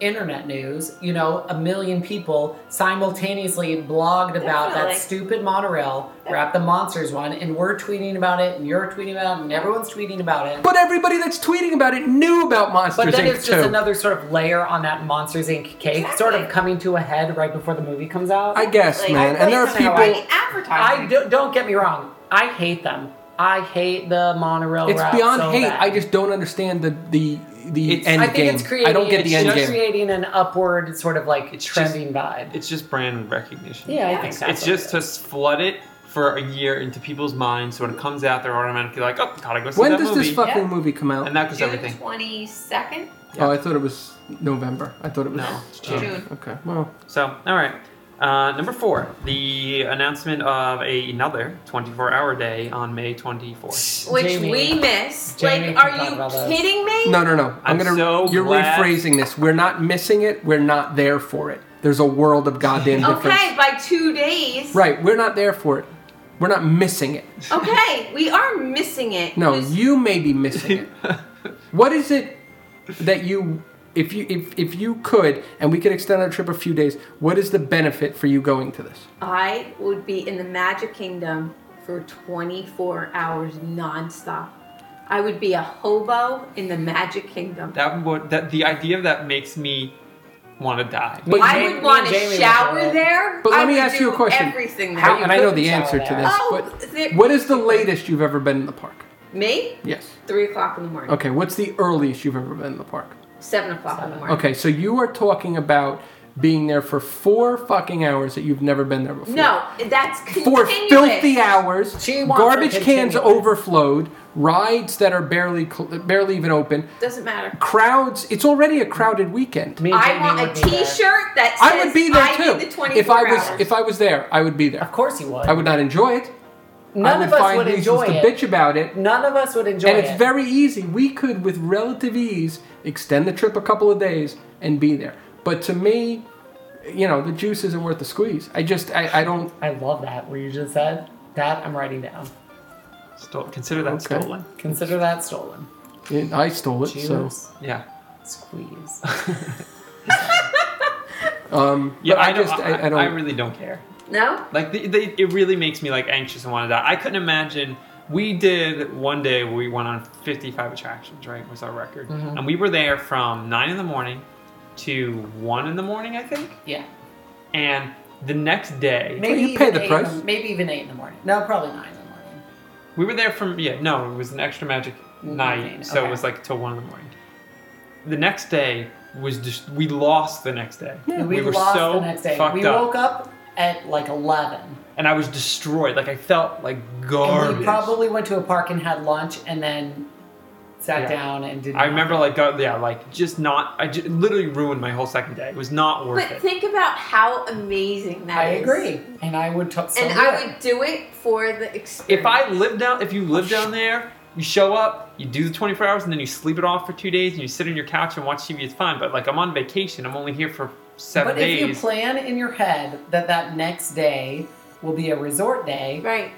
Speaker 1: internet news you know a million people simultaneously blogged about
Speaker 3: Definitely.
Speaker 1: that stupid monorail wrap the monsters one and we're tweeting about it and you're tweeting about it and everyone's tweeting about it
Speaker 4: But everybody that's tweeting about it knew about Monsters
Speaker 1: but then
Speaker 4: Inc.
Speaker 1: it's
Speaker 4: too.
Speaker 1: just another sort of layer on that monsters inc cake sort of
Speaker 3: Exactly.
Speaker 1: coming to a head right before the movie comes out
Speaker 4: I guess,
Speaker 3: Like,
Speaker 4: man.
Speaker 3: I
Speaker 4: And there are
Speaker 3: like how
Speaker 4: people.
Speaker 3: I advertising.
Speaker 1: I do, don't get me wrong i hate them i hate the monorail
Speaker 4: It's
Speaker 1: wrap
Speaker 4: beyond
Speaker 1: so
Speaker 4: hate.
Speaker 1: bad.
Speaker 4: I just don't understand the the the
Speaker 2: It's-
Speaker 4: end
Speaker 1: I think
Speaker 4: game.
Speaker 1: it's creating.
Speaker 4: I don't get the
Speaker 1: it's
Speaker 4: end
Speaker 1: just
Speaker 4: game.
Speaker 1: creating an upward sort of like
Speaker 2: It's just-
Speaker 1: trending vibe.
Speaker 2: It's just brand recognition.
Speaker 1: yeah,
Speaker 3: Yeah.
Speaker 1: I think so.
Speaker 2: it's just to flood it for a year into people's minds. So when it comes out, they're automatically like, "Oh, gotta go see
Speaker 4: when
Speaker 2: that
Speaker 4: does
Speaker 2: movie."
Speaker 4: this fucking
Speaker 3: Yeah.
Speaker 4: movie come out?
Speaker 2: and that goes
Speaker 3: June
Speaker 2: everything.
Speaker 3: twenty second.
Speaker 4: Oh, I thought it was November. I thought it was.
Speaker 2: No, it's June.
Speaker 3: June.
Speaker 4: Okay. Well,
Speaker 2: So, all right. Uh, number four, the announcement of a, another 24-hour day on May 24th.
Speaker 3: Which
Speaker 1: Jamie.
Speaker 3: we missed.
Speaker 1: Jamie
Speaker 3: like,
Speaker 1: can talk about
Speaker 3: are
Speaker 1: those.
Speaker 3: you kidding me?
Speaker 4: no, no, no.
Speaker 2: I'm
Speaker 4: I'm, gonna.
Speaker 2: so
Speaker 4: you're
Speaker 2: glad-
Speaker 4: rephrasing this. We're not missing it. We're not there for it. There's a world of goddamn difference.
Speaker 3: Okay, by two days.
Speaker 4: Right. We're not there for it. We're not missing it.
Speaker 3: Okay, we are missing it.
Speaker 4: No,
Speaker 3: 'cause-
Speaker 4: you may be missing it. what is it that you if you if, if you could and we could extend our trip a few days, what is the benefit for you going to this?
Speaker 3: I would be in the Magic Kingdom for 24 hours nonstop. I would be a hobo in the Magic Kingdom.
Speaker 2: That would that the idea of that makes me want to die.
Speaker 1: But Ja-
Speaker 3: I
Speaker 1: me
Speaker 3: would
Speaker 1: and
Speaker 3: want to
Speaker 1: Jamie were
Speaker 3: shower
Speaker 1: there.
Speaker 3: there.
Speaker 4: But let
Speaker 3: I
Speaker 4: me
Speaker 3: would
Speaker 4: ask you a
Speaker 3: do
Speaker 4: question.
Speaker 3: Everything there.
Speaker 1: How-
Speaker 4: and I know the
Speaker 1: couldn't
Speaker 4: answer
Speaker 1: shower
Speaker 4: to
Speaker 1: there.
Speaker 4: this,
Speaker 3: Oh,
Speaker 4: but
Speaker 3: there-
Speaker 4: what is the latest you've ever been in the park?
Speaker 3: Me?
Speaker 4: Yes.
Speaker 3: Three o'clock in the morning.
Speaker 4: Okay, what's the earliest you've ever been in the park?
Speaker 3: Seven o'clock in the morning.
Speaker 4: Okay, so you are talking about being there for four fucking hours that you've never been there before.
Speaker 3: No, that's
Speaker 4: Four
Speaker 3: continuous.
Speaker 4: filthy hours,
Speaker 1: She wants
Speaker 4: garbage
Speaker 1: it
Speaker 4: cans
Speaker 1: continuous.
Speaker 4: overflowed, rides that are barely cl- barely even open,
Speaker 3: Doesn't matter.
Speaker 4: crowds. It's already a crowded weekend.
Speaker 1: Me and
Speaker 3: I
Speaker 1: Jamie
Speaker 3: want
Speaker 1: would
Speaker 3: a
Speaker 1: be there.
Speaker 3: T-shirt that says
Speaker 4: I would be there
Speaker 3: I
Speaker 4: too.
Speaker 3: need the 24
Speaker 4: if I was
Speaker 3: hours.
Speaker 4: if I was there, I would be there.
Speaker 1: Of course you would.
Speaker 4: I would not enjoy it.
Speaker 1: None
Speaker 4: I would
Speaker 1: of us
Speaker 4: find
Speaker 1: would
Speaker 4: reasons
Speaker 1: enjoy
Speaker 4: to
Speaker 1: it.
Speaker 4: bitch about it.
Speaker 1: None of us would enjoy
Speaker 4: and it's
Speaker 1: it.
Speaker 4: very easy. We could, with relative ease, extend the trip a couple of days and be there. But to me, you know, the juice isn't worth the squeeze. I just, I, I don't.
Speaker 1: I love that. What you just said. That I'm writing down.
Speaker 2: Stol- consider that
Speaker 4: Okay.
Speaker 2: stolen.
Speaker 1: Consider that stolen.
Speaker 4: I stole it, so.
Speaker 1: Juice.
Speaker 2: Yeah.
Speaker 1: Squeeze.
Speaker 4: Um,
Speaker 2: Yeah,
Speaker 4: but
Speaker 2: I,
Speaker 4: I, just,
Speaker 2: don't, I,
Speaker 4: I, I don't.
Speaker 2: I really don't care.
Speaker 3: no.
Speaker 2: Like the, they, it really makes me like anxious and want to die. I couldn't imagine. We did one day we went on 55 attractions, right? Was our record,
Speaker 1: Mm-hmm.
Speaker 2: and we were there from nine in the morning to one in the morning, I think.
Speaker 1: yeah.
Speaker 2: And the next day,
Speaker 1: Maybe
Speaker 4: you
Speaker 1: even
Speaker 4: pay the
Speaker 1: eight in
Speaker 4: price.
Speaker 1: maybe even eight in the morning. No, probably nine in the morning.
Speaker 2: we were there from yeah, no, it was an extra magic night,
Speaker 1: Morning,
Speaker 2: so
Speaker 1: okay.
Speaker 2: it was like till one in the morning. The next day was just we lost the next day.
Speaker 1: we,
Speaker 2: were
Speaker 1: lost
Speaker 2: so
Speaker 1: the next day.
Speaker 2: fucked
Speaker 1: We
Speaker 2: up,
Speaker 1: woke up at like eleven.
Speaker 2: and I was destroyed. Like I felt like
Speaker 1: And
Speaker 2: garbage.
Speaker 1: we probably went to a park and had lunch and then sat
Speaker 2: Yeah.
Speaker 1: down and did
Speaker 2: I remember like uh, yeah, like just not. I ju- literally ruined my whole second day. It was not worth
Speaker 3: But
Speaker 2: it.
Speaker 3: think about how amazing that
Speaker 1: I
Speaker 3: is.
Speaker 1: agree. And I would talk so
Speaker 3: and
Speaker 1: do
Speaker 3: I
Speaker 1: it.
Speaker 3: would do it for the experience.
Speaker 2: If I lived down, if you live down there, you show up, you do the 24 hours, and then you sleep it off for two days, and you sit on your couch and watch TV. It's fine. But like I'm on vacation, I'm only here for seven
Speaker 1: But
Speaker 2: days.
Speaker 1: if you plan in your head that that next day will be a resort day,
Speaker 3: right,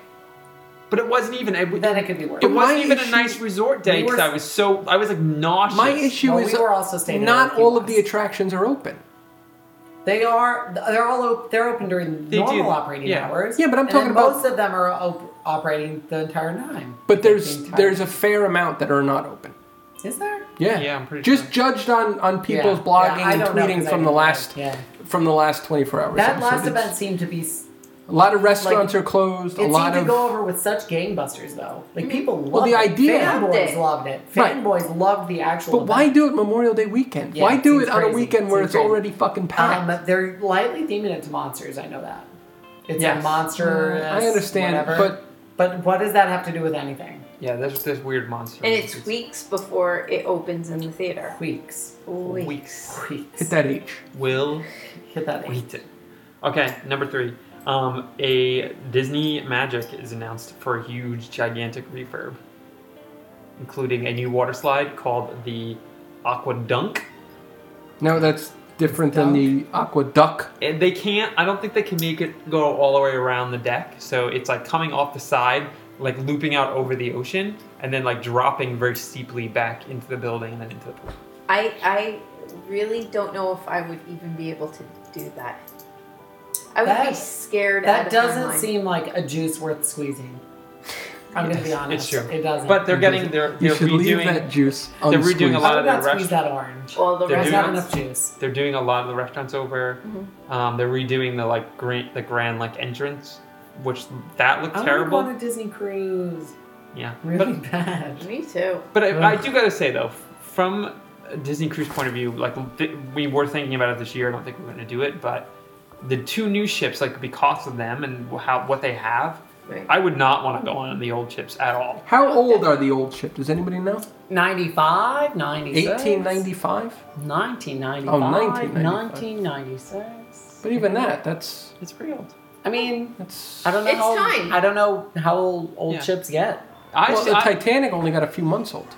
Speaker 2: but it wasn't even. It, w-
Speaker 1: then it could be worse.
Speaker 2: it
Speaker 4: But my
Speaker 2: wasn't even
Speaker 4: issue-
Speaker 2: a nice resort day
Speaker 1: we were-
Speaker 2: because I was so I was like nauseous.
Speaker 4: my issue
Speaker 1: Well,
Speaker 4: is
Speaker 1: we were also staying there a
Speaker 4: not
Speaker 1: few
Speaker 4: all of the
Speaker 1: months.
Speaker 4: attractions are open.
Speaker 1: They are. They're all. Op- they're open during
Speaker 2: They
Speaker 1: normal
Speaker 2: do,
Speaker 1: operating
Speaker 2: yeah.
Speaker 1: hours.
Speaker 4: Yeah, but I'm
Speaker 1: And then
Speaker 4: talking about-
Speaker 1: most of them are op- operating the entire time.
Speaker 4: But there's
Speaker 1: The entire-
Speaker 4: there's a fair amount that are not open.
Speaker 1: Is there?
Speaker 4: Yeah,
Speaker 2: Yeah, I'm pretty
Speaker 4: Just
Speaker 2: sure.
Speaker 4: judged on on people's
Speaker 1: Yeah.
Speaker 4: blogging
Speaker 1: Yeah, I
Speaker 4: and
Speaker 1: don't know, 'cause
Speaker 4: tweeting
Speaker 1: I
Speaker 4: from
Speaker 1: didn't
Speaker 4: the
Speaker 1: go.
Speaker 4: last
Speaker 1: Yeah.
Speaker 4: from the last 24 hours.
Speaker 1: That
Speaker 4: So
Speaker 1: last
Speaker 4: it's-
Speaker 1: event seemed to be. s-
Speaker 4: A lot of restaurants are closed.
Speaker 1: It
Speaker 4: a lot
Speaker 1: seemed to
Speaker 4: of Mm-hmm.
Speaker 1: go over with such gangbusters though. Like people loved
Speaker 4: the
Speaker 1: it.
Speaker 4: idea-
Speaker 1: Fanboys
Speaker 3: Loved it.
Speaker 1: loved it.
Speaker 4: Right.
Speaker 1: Fanboys loved the actual.
Speaker 4: But why
Speaker 1: event.
Speaker 4: do it Memorial Day weekend?
Speaker 1: Yeah,
Speaker 4: why
Speaker 1: it
Speaker 4: do
Speaker 1: seems
Speaker 4: it on a
Speaker 1: crazy.
Speaker 4: weekend where
Speaker 1: Seems
Speaker 4: it's
Speaker 1: crazy.
Speaker 4: already fucking packed?
Speaker 1: Um, they're lightly theming it to monsters. I know that. It's a
Speaker 2: Yes.
Speaker 1: monster.
Speaker 4: Mm, I understand, but-
Speaker 1: but what does that have to do with anything?
Speaker 2: yeah, there's this weird monster.
Speaker 3: and it's weeks before it opens in the theater.
Speaker 1: Weeks.
Speaker 3: Weeks.
Speaker 2: Weeks.
Speaker 1: Weeks.
Speaker 4: Hit that H.
Speaker 2: Will
Speaker 1: Hit that. eight.
Speaker 2: Wait. Okay, number three. Um, a Disney Magic is announced for a huge, gigantic refurb, including a new water slide called the Aqua Dunk.
Speaker 4: No, that's different than the Aqua Duck.
Speaker 2: And they can't. I don't think they can make it go all the way around the deck. So it's like coming off the side, like looping out over the ocean, and then like dropping very steeply back into the building and then into the pool.
Speaker 3: I I really don't know if I would even be able to do that. I would be
Speaker 1: That-
Speaker 3: scared. out
Speaker 1: That
Speaker 3: of my
Speaker 1: doesn't
Speaker 3: mind.
Speaker 1: seem like a juice worth squeezing. I'm gonna be honest.
Speaker 2: It's true.
Speaker 1: It doesn't.
Speaker 2: But they're getting they're
Speaker 4: You
Speaker 2: they're
Speaker 4: should leave
Speaker 2: redoing
Speaker 4: that juice
Speaker 2: they're redoing a
Speaker 4: unsqueezed.
Speaker 1: I
Speaker 2: lot of
Speaker 1: would
Speaker 2: their
Speaker 1: not squeeze
Speaker 2: restaurant-
Speaker 1: that orange.
Speaker 3: All the
Speaker 2: They're
Speaker 1: There's
Speaker 3: rest.
Speaker 1: not
Speaker 2: doing-
Speaker 1: enough juice.
Speaker 2: they're doing a lot of the restaurants over. Um, they're redoing the like grand, the grand like entrance, which that looked
Speaker 1: I'm gonna go
Speaker 2: terrible.
Speaker 1: on a Disney cruise.
Speaker 2: Yeah,
Speaker 1: Oh, Really bad.
Speaker 3: Me too.
Speaker 2: but but I, I
Speaker 1: Ugh.
Speaker 2: do gotta say though, from a Disney cruise point of view, like th- we were thinking about it this year. I don't think we're gonna do it, but the two new ships, like because of them and how what they have,
Speaker 3: Right.
Speaker 2: I would not want to go on the old ships at all.
Speaker 4: How old are the old ship? Does anybody know?
Speaker 1: 95, 96.
Speaker 4: 1895?
Speaker 1: 1995.
Speaker 4: Oh, 1995.
Speaker 1: 1996.
Speaker 4: But even that, that's
Speaker 2: It's pretty old.
Speaker 1: I mean,
Speaker 4: that's
Speaker 1: I don't know.
Speaker 3: It's
Speaker 1: how,
Speaker 3: time.
Speaker 1: I don't know how old old
Speaker 2: Yeah.
Speaker 1: ships get.
Speaker 2: I,
Speaker 4: well,
Speaker 2: just-
Speaker 4: the
Speaker 2: I-
Speaker 4: Titanic only got a few months old.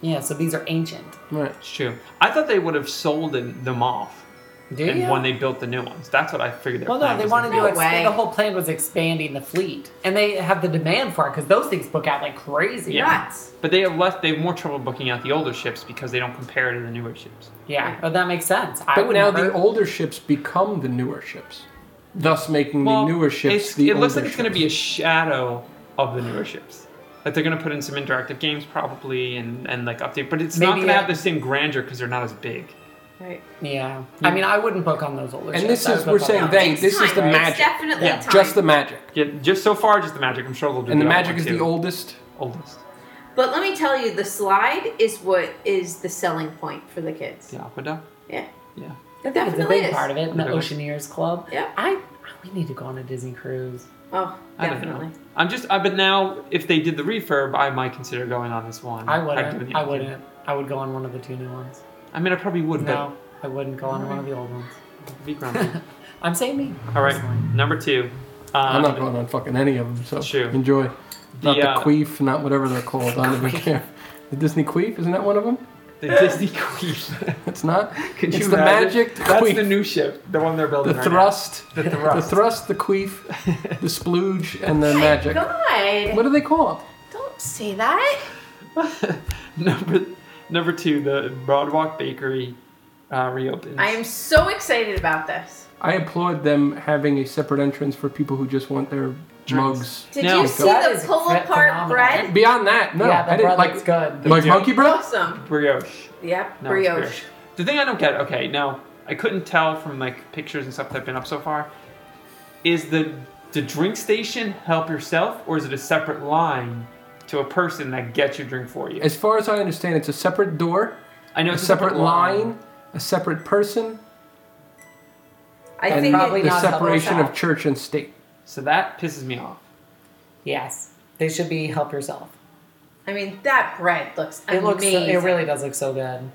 Speaker 1: Yeah, so these are ancient.
Speaker 4: Right.
Speaker 2: It's true. I thought they would have sold them them off
Speaker 1: Do
Speaker 2: and
Speaker 1: you?
Speaker 2: when they built the new ones. That's what I figured. Their
Speaker 1: Well, no,
Speaker 2: plan
Speaker 1: they
Speaker 2: was
Speaker 1: wanted
Speaker 2: gonna
Speaker 1: to
Speaker 2: be.
Speaker 3: No way.
Speaker 1: expand. The whole plan was expanding the fleet, and they have the demand for it because those things book out like crazy.
Speaker 2: Yeah.
Speaker 3: Nuts.
Speaker 2: But they have less. They have more trouble booking out the older ships because they don't compare to the newer ships.
Speaker 1: yeah. Well, that makes sense. I
Speaker 4: But
Speaker 1: would
Speaker 4: now
Speaker 1: never-
Speaker 4: the older ships become the newer ships, thus making
Speaker 2: Well,
Speaker 4: the newer
Speaker 2: it's-
Speaker 4: ships the
Speaker 2: it looks
Speaker 4: older
Speaker 2: like it's going to
Speaker 4: ships.
Speaker 2: be a shadow of the newer ships. Like they're going to put in some interactive games probably and, and like update, but it's not
Speaker 1: Maybe
Speaker 2: going to
Speaker 4: uh,
Speaker 1: that-
Speaker 2: have the same grandeur because they're not as big.
Speaker 3: Right.
Speaker 1: Yeah. I mean, I wouldn't book on those older
Speaker 4: And
Speaker 1: ships.
Speaker 4: this
Speaker 1: I
Speaker 4: is-
Speaker 1: would
Speaker 4: we're
Speaker 1: book on
Speaker 4: saying
Speaker 1: the-
Speaker 4: they- this
Speaker 3: time.
Speaker 4: is the
Speaker 3: It's
Speaker 4: magic.
Speaker 3: definitely
Speaker 2: Yeah.
Speaker 3: time.
Speaker 4: just the magic,
Speaker 2: Yeah, just so far, just the magic. I'm sure they'll do
Speaker 4: and the
Speaker 2: other
Speaker 4: magic
Speaker 2: one,
Speaker 4: is the
Speaker 2: too.
Speaker 4: oldest.
Speaker 2: oldest.
Speaker 3: But let me tell you, the slide is what is the selling point for the kids.
Speaker 2: The aqueduct.
Speaker 3: Yeah.
Speaker 2: uh, Yeah.
Speaker 1: I think it's a
Speaker 3: Definitely
Speaker 1: big
Speaker 3: is.
Speaker 1: part of it in the
Speaker 2: Definitely.
Speaker 1: Oceaneers Club.
Speaker 3: Yeah.
Speaker 1: I we need to go on a Disney cruise.
Speaker 3: Oh,
Speaker 2: I don't know.
Speaker 3: definitely.
Speaker 2: I'm just, uh, but now if they did the refurb, I might consider going on this one.
Speaker 1: I
Speaker 2: I'd give it
Speaker 1: wouldn't.
Speaker 2: the
Speaker 1: I
Speaker 2: option.
Speaker 1: wouldn't. I would go on one of the two new ones.
Speaker 2: I mean, I probably would,
Speaker 1: No, I wouldn't go on one of the old ones.
Speaker 2: but be grumpy.
Speaker 1: I'm saying me.
Speaker 2: All right,
Speaker 1: personally.
Speaker 2: number two. Um,
Speaker 4: I'm not going on fucking any of them, so
Speaker 2: True.
Speaker 4: enjoy. Not the,
Speaker 2: The, uh,
Speaker 4: queef, not whatever they're called. I don't even care. The Disney queef, isn't that one of them?
Speaker 2: The Disney Queen.
Speaker 4: It's not.
Speaker 2: Could
Speaker 4: it's
Speaker 2: you
Speaker 4: the
Speaker 2: imagine?
Speaker 4: magic
Speaker 2: That's
Speaker 4: queef.
Speaker 2: the new ship, the one they're building.
Speaker 4: the
Speaker 2: right
Speaker 4: thrust,
Speaker 2: now. The
Speaker 4: the
Speaker 2: thrust.
Speaker 4: thrust, the queef, the splooge, and the
Speaker 3: My
Speaker 4: magic.
Speaker 3: God.
Speaker 4: What are they called?
Speaker 3: Don't say that.
Speaker 2: number number two, the Broadwalk Bakery uh, reopens.
Speaker 3: I am so excited about this.
Speaker 4: I applaud them having a separate entrance for people who just want their mugs.
Speaker 3: Did
Speaker 2: No.
Speaker 3: you see
Speaker 1: That
Speaker 3: the
Speaker 1: is
Speaker 3: pull apart
Speaker 1: phenomenal.
Speaker 3: bread?
Speaker 4: Beyond that, no,
Speaker 1: yeah, the
Speaker 4: I didn't
Speaker 1: bread
Speaker 4: like
Speaker 1: looks good.
Speaker 4: like
Speaker 2: Yeah.
Speaker 4: monkey bread.
Speaker 3: Awesome.
Speaker 2: brioche.
Speaker 3: Yep,
Speaker 2: No, it's
Speaker 3: brioche.
Speaker 2: The thing I don't get, okay, now I couldn't tell from like pictures and stuff that have been up so far, is the the drink station help yourself, or is it a separate line to a person that gets your drink for you?
Speaker 4: As far as I understand, it's a separate door,
Speaker 2: I know
Speaker 4: a
Speaker 2: it's
Speaker 4: separate line, a separate person,
Speaker 3: I
Speaker 4: and
Speaker 3: think
Speaker 1: probably
Speaker 3: it,
Speaker 4: the
Speaker 1: not double
Speaker 4: separation
Speaker 1: shot.
Speaker 4: of church and state.
Speaker 2: So that pisses me off.
Speaker 1: Yes, they should be help yourself.
Speaker 3: I mean that bread looks
Speaker 1: It
Speaker 3: amazing.
Speaker 1: looks. So, it really does look so good.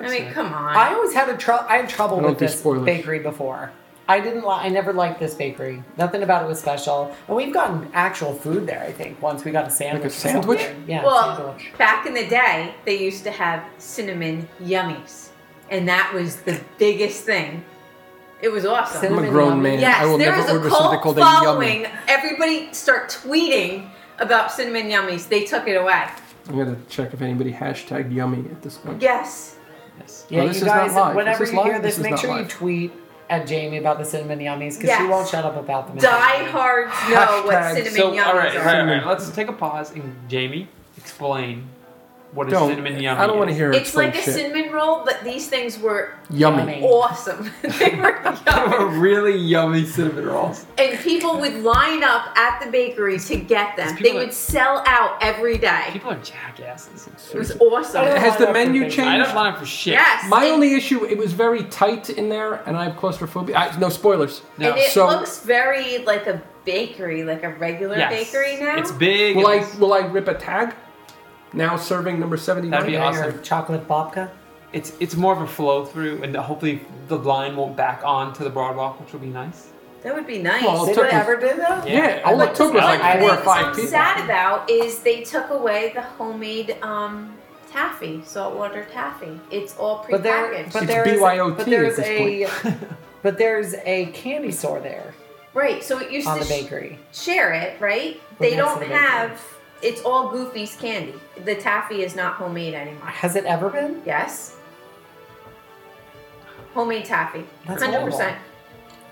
Speaker 3: I mean, come on.
Speaker 1: I always had a trouble. I had trouble
Speaker 4: I don't
Speaker 1: with
Speaker 4: do
Speaker 1: this
Speaker 4: spoilers.
Speaker 1: bakery before. I didn't. Li- I never liked this bakery. Nothing about it was special. And we've gotten actual food there. I think once we got a sandwich. or
Speaker 4: sandwich?
Speaker 1: something. Yeah,
Speaker 3: well,
Speaker 1: sandwich.
Speaker 3: back in the day, they used to have cinnamon yummies, and that was the biggest thing. It was awesome.
Speaker 4: I'm
Speaker 1: Cinnamon-
Speaker 4: a grown man.
Speaker 3: Yes,
Speaker 4: I will
Speaker 3: there
Speaker 4: never
Speaker 3: is a
Speaker 4: order
Speaker 3: cult
Speaker 4: something called a
Speaker 3: following.
Speaker 4: yummy.
Speaker 3: Everybody start tweeting about cinnamon yummies. They took it away.
Speaker 4: I'm gonna check if anybody hashtag yummy at this point.
Speaker 3: Yes.
Speaker 2: Yes.
Speaker 1: Yeah,
Speaker 4: this
Speaker 1: you
Speaker 4: is not
Speaker 1: guys.
Speaker 4: live.
Speaker 1: Whenever
Speaker 4: This is
Speaker 1: you hear
Speaker 4: live.
Speaker 1: this,
Speaker 4: This is
Speaker 1: make
Speaker 4: not
Speaker 1: sure you
Speaker 4: live.
Speaker 1: tweet at Jamie about the cinnamon yummies because she
Speaker 3: Yes.
Speaker 1: won't shut up about them.
Speaker 3: Die hards know
Speaker 4: Hashtag
Speaker 3: what cinnamon
Speaker 2: So all
Speaker 3: yummies
Speaker 2: right, right,
Speaker 3: are.
Speaker 2: right, right. Let's take a pause and Jamie explain what a
Speaker 4: Don't.
Speaker 2: cinnamon yummy.
Speaker 4: I don't want to
Speaker 2: is.
Speaker 4: hear
Speaker 3: It's like a
Speaker 4: explain shit.
Speaker 3: cinnamon roll, but these things were
Speaker 4: Yummy.
Speaker 3: awesome. they were
Speaker 2: They were
Speaker 3: yummy.
Speaker 2: really yummy cinnamon rolls.
Speaker 3: And people would line up at the bakery to get them.
Speaker 2: These
Speaker 3: They
Speaker 2: people are-
Speaker 3: would sell out every day.
Speaker 2: People are jackasses.
Speaker 3: It was awesome.
Speaker 1: I
Speaker 4: Has the menu
Speaker 2: I
Speaker 4: changed?
Speaker 2: don't line up for shit.
Speaker 3: Yes.
Speaker 4: My
Speaker 3: and,
Speaker 4: only issue, it was very tight in there, and I have claustrophobia. I, no spoilers.
Speaker 2: No.
Speaker 3: and it
Speaker 4: so-
Speaker 3: looks very like a bakery, like a regular
Speaker 2: Yes.
Speaker 3: bakery now.
Speaker 2: It's big.
Speaker 4: Will I
Speaker 2: it's-
Speaker 4: will I rip a tag? Now serving number seventy
Speaker 2: That'd be
Speaker 4: nine.
Speaker 2: awesome.
Speaker 1: Your chocolate babka.
Speaker 2: it's it's more of a flow through, and hopefully the line won't back on to the broadwalk, which will be nice.
Speaker 3: that would be nice.
Speaker 4: Well,
Speaker 1: Did
Speaker 4: took
Speaker 1: it
Speaker 4: me-
Speaker 1: ever do that?
Speaker 4: Yeah,
Speaker 2: I
Speaker 4: all
Speaker 2: like
Speaker 4: it took
Speaker 2: this.
Speaker 4: was
Speaker 2: I like
Speaker 4: like four or
Speaker 3: things
Speaker 4: five
Speaker 3: I'm
Speaker 4: people.
Speaker 3: sad about is they took away the homemade um, taffy, saltwater taffy. It's all prepackaged.
Speaker 1: But there, but
Speaker 4: It's
Speaker 1: there is,
Speaker 4: BYOT
Speaker 1: but there
Speaker 4: at
Speaker 1: is
Speaker 4: this
Speaker 1: a, but there's a candy store there
Speaker 3: right, so it used
Speaker 1: on
Speaker 3: to
Speaker 1: the
Speaker 3: sh-
Speaker 1: bakery.
Speaker 3: share it, right?
Speaker 1: Right
Speaker 3: They
Speaker 1: next to
Speaker 3: don't
Speaker 1: the bakery.
Speaker 3: have. It's all Goofy's candy. The taffy is not homemade anymore.
Speaker 1: Has it ever been?
Speaker 3: Yes. Homemade taffy.
Speaker 1: That's
Speaker 3: Hundred percent.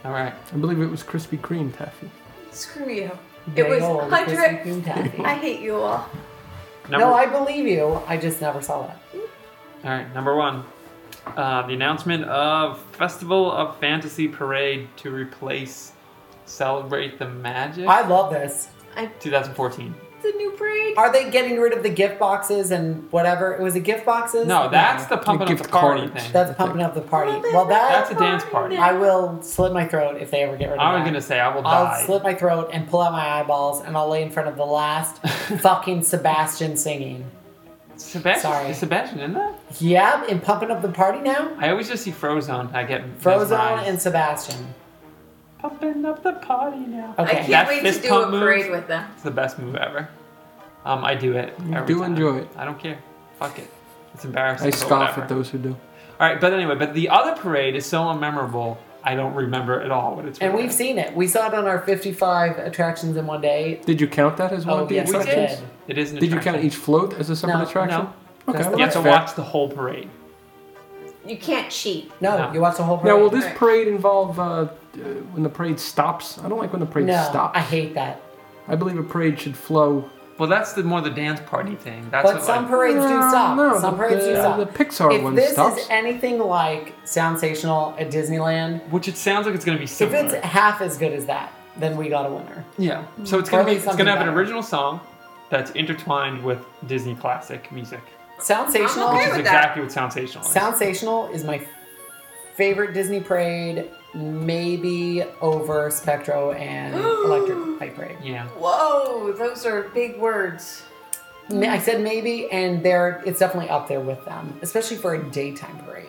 Speaker 2: All right.
Speaker 4: I believe it was Krispy Kreme taffy.
Speaker 3: Screw you.
Speaker 1: Big
Speaker 3: It was
Speaker 1: old
Speaker 3: hundred.
Speaker 1: Krispy Kreme taffy.
Speaker 3: I hate you all.
Speaker 2: Number,
Speaker 1: no, I believe you. I just never saw that.
Speaker 2: All right. Number one, uh, the announcement of Festival of Fantasy Parade to replace Celebrate the Magic
Speaker 1: I love this.
Speaker 2: 2014.
Speaker 3: It's a new breed.
Speaker 1: Are they getting rid of the gift boxes and whatever? It was the gift boxes.
Speaker 2: No, that's the pumping up
Speaker 4: gift
Speaker 2: the party
Speaker 4: cards.
Speaker 2: thing.
Speaker 1: that's pumping up the party. Well,
Speaker 2: That's
Speaker 1: that
Speaker 2: a dance party.
Speaker 1: I will slit my throat if they ever get rid of
Speaker 2: I was
Speaker 1: that.
Speaker 2: gonna say I will die.
Speaker 1: I'll slit my throat and pull out my eyeballs and I'll lay in front of the last fucking Sebastian singing.
Speaker 2: Sebastian,
Speaker 1: Sorry.
Speaker 2: is Sebastian in that?
Speaker 1: Yep, and pumping up the party now.
Speaker 2: I always just see Frozone. I get
Speaker 1: Frozone
Speaker 2: mesmerized.
Speaker 1: and Sebastian.
Speaker 2: pumping up the party now.
Speaker 1: Okay.
Speaker 3: I can't
Speaker 2: That
Speaker 3: wait
Speaker 2: fist
Speaker 3: to do a
Speaker 2: pump move.
Speaker 3: parade with them.
Speaker 2: It's the best move ever. Um, I do it. every
Speaker 4: do
Speaker 2: time.
Speaker 4: enjoy it.
Speaker 2: I don't care. Fuck it. It's embarrassing.
Speaker 4: I
Speaker 2: but
Speaker 4: scoff
Speaker 2: whatever.
Speaker 4: at those who do.
Speaker 2: All right, but anyway, but the other parade is so unmemorable. I don't remember at all what it's.
Speaker 1: And we've seen it. We saw it on our 55 attractions in one day.
Speaker 4: Did you count that as one
Speaker 1: Oh,
Speaker 4: of the
Speaker 1: yes, I
Speaker 4: attractions?
Speaker 1: did.
Speaker 2: It is. An
Speaker 4: Did you
Speaker 2: attraction.
Speaker 4: count each float as a separate
Speaker 1: No,
Speaker 4: attraction?
Speaker 2: no.
Speaker 4: Okay,
Speaker 1: That's the
Speaker 4: well,
Speaker 2: You have
Speaker 4: that's
Speaker 2: to
Speaker 4: fair.
Speaker 2: watch the whole parade.
Speaker 3: You can't cheat.
Speaker 1: No,
Speaker 2: No.
Speaker 1: you watched the whole parade.
Speaker 4: Now, will this
Speaker 3: Right.
Speaker 4: parade involve uh, uh, when the parade stops? I don't like when the parade
Speaker 1: no,
Speaker 4: stops.
Speaker 1: I hate that.
Speaker 4: I believe a parade should flow.
Speaker 2: Well, that's the more the dance party thing. That's
Speaker 1: But
Speaker 2: what,
Speaker 1: some
Speaker 2: like,
Speaker 1: parades do
Speaker 4: No,
Speaker 1: stop.
Speaker 4: no,
Speaker 1: some
Speaker 4: the-
Speaker 1: parades do
Speaker 4: the-
Speaker 1: stop.
Speaker 4: the Pixar
Speaker 1: if
Speaker 4: one
Speaker 1: this
Speaker 4: stops.
Speaker 1: is anything like Soundsational at Disneyland,
Speaker 2: which it sounds like it's going to be
Speaker 1: if
Speaker 2: similar.
Speaker 1: it's half as good as that, then we got a winner.
Speaker 2: yeah, so it's
Speaker 1: Or
Speaker 2: going
Speaker 1: at
Speaker 2: to be
Speaker 1: least
Speaker 2: it's going to have
Speaker 1: something
Speaker 2: an
Speaker 1: better.
Speaker 2: original song that's intertwined with Disney classic music,
Speaker 1: Soundsational.
Speaker 3: I'm
Speaker 2: which
Speaker 3: okay
Speaker 2: is
Speaker 3: with that.
Speaker 2: exactly what Soundsational is.
Speaker 1: Soundsational is my favorite Disney parade, maybe over Spectro and Electric Light Parade.
Speaker 2: yeah,
Speaker 3: Whoa, those are big words.
Speaker 1: Ma- I said maybe, and they're it's definitely up there with them, especially for a daytime parade.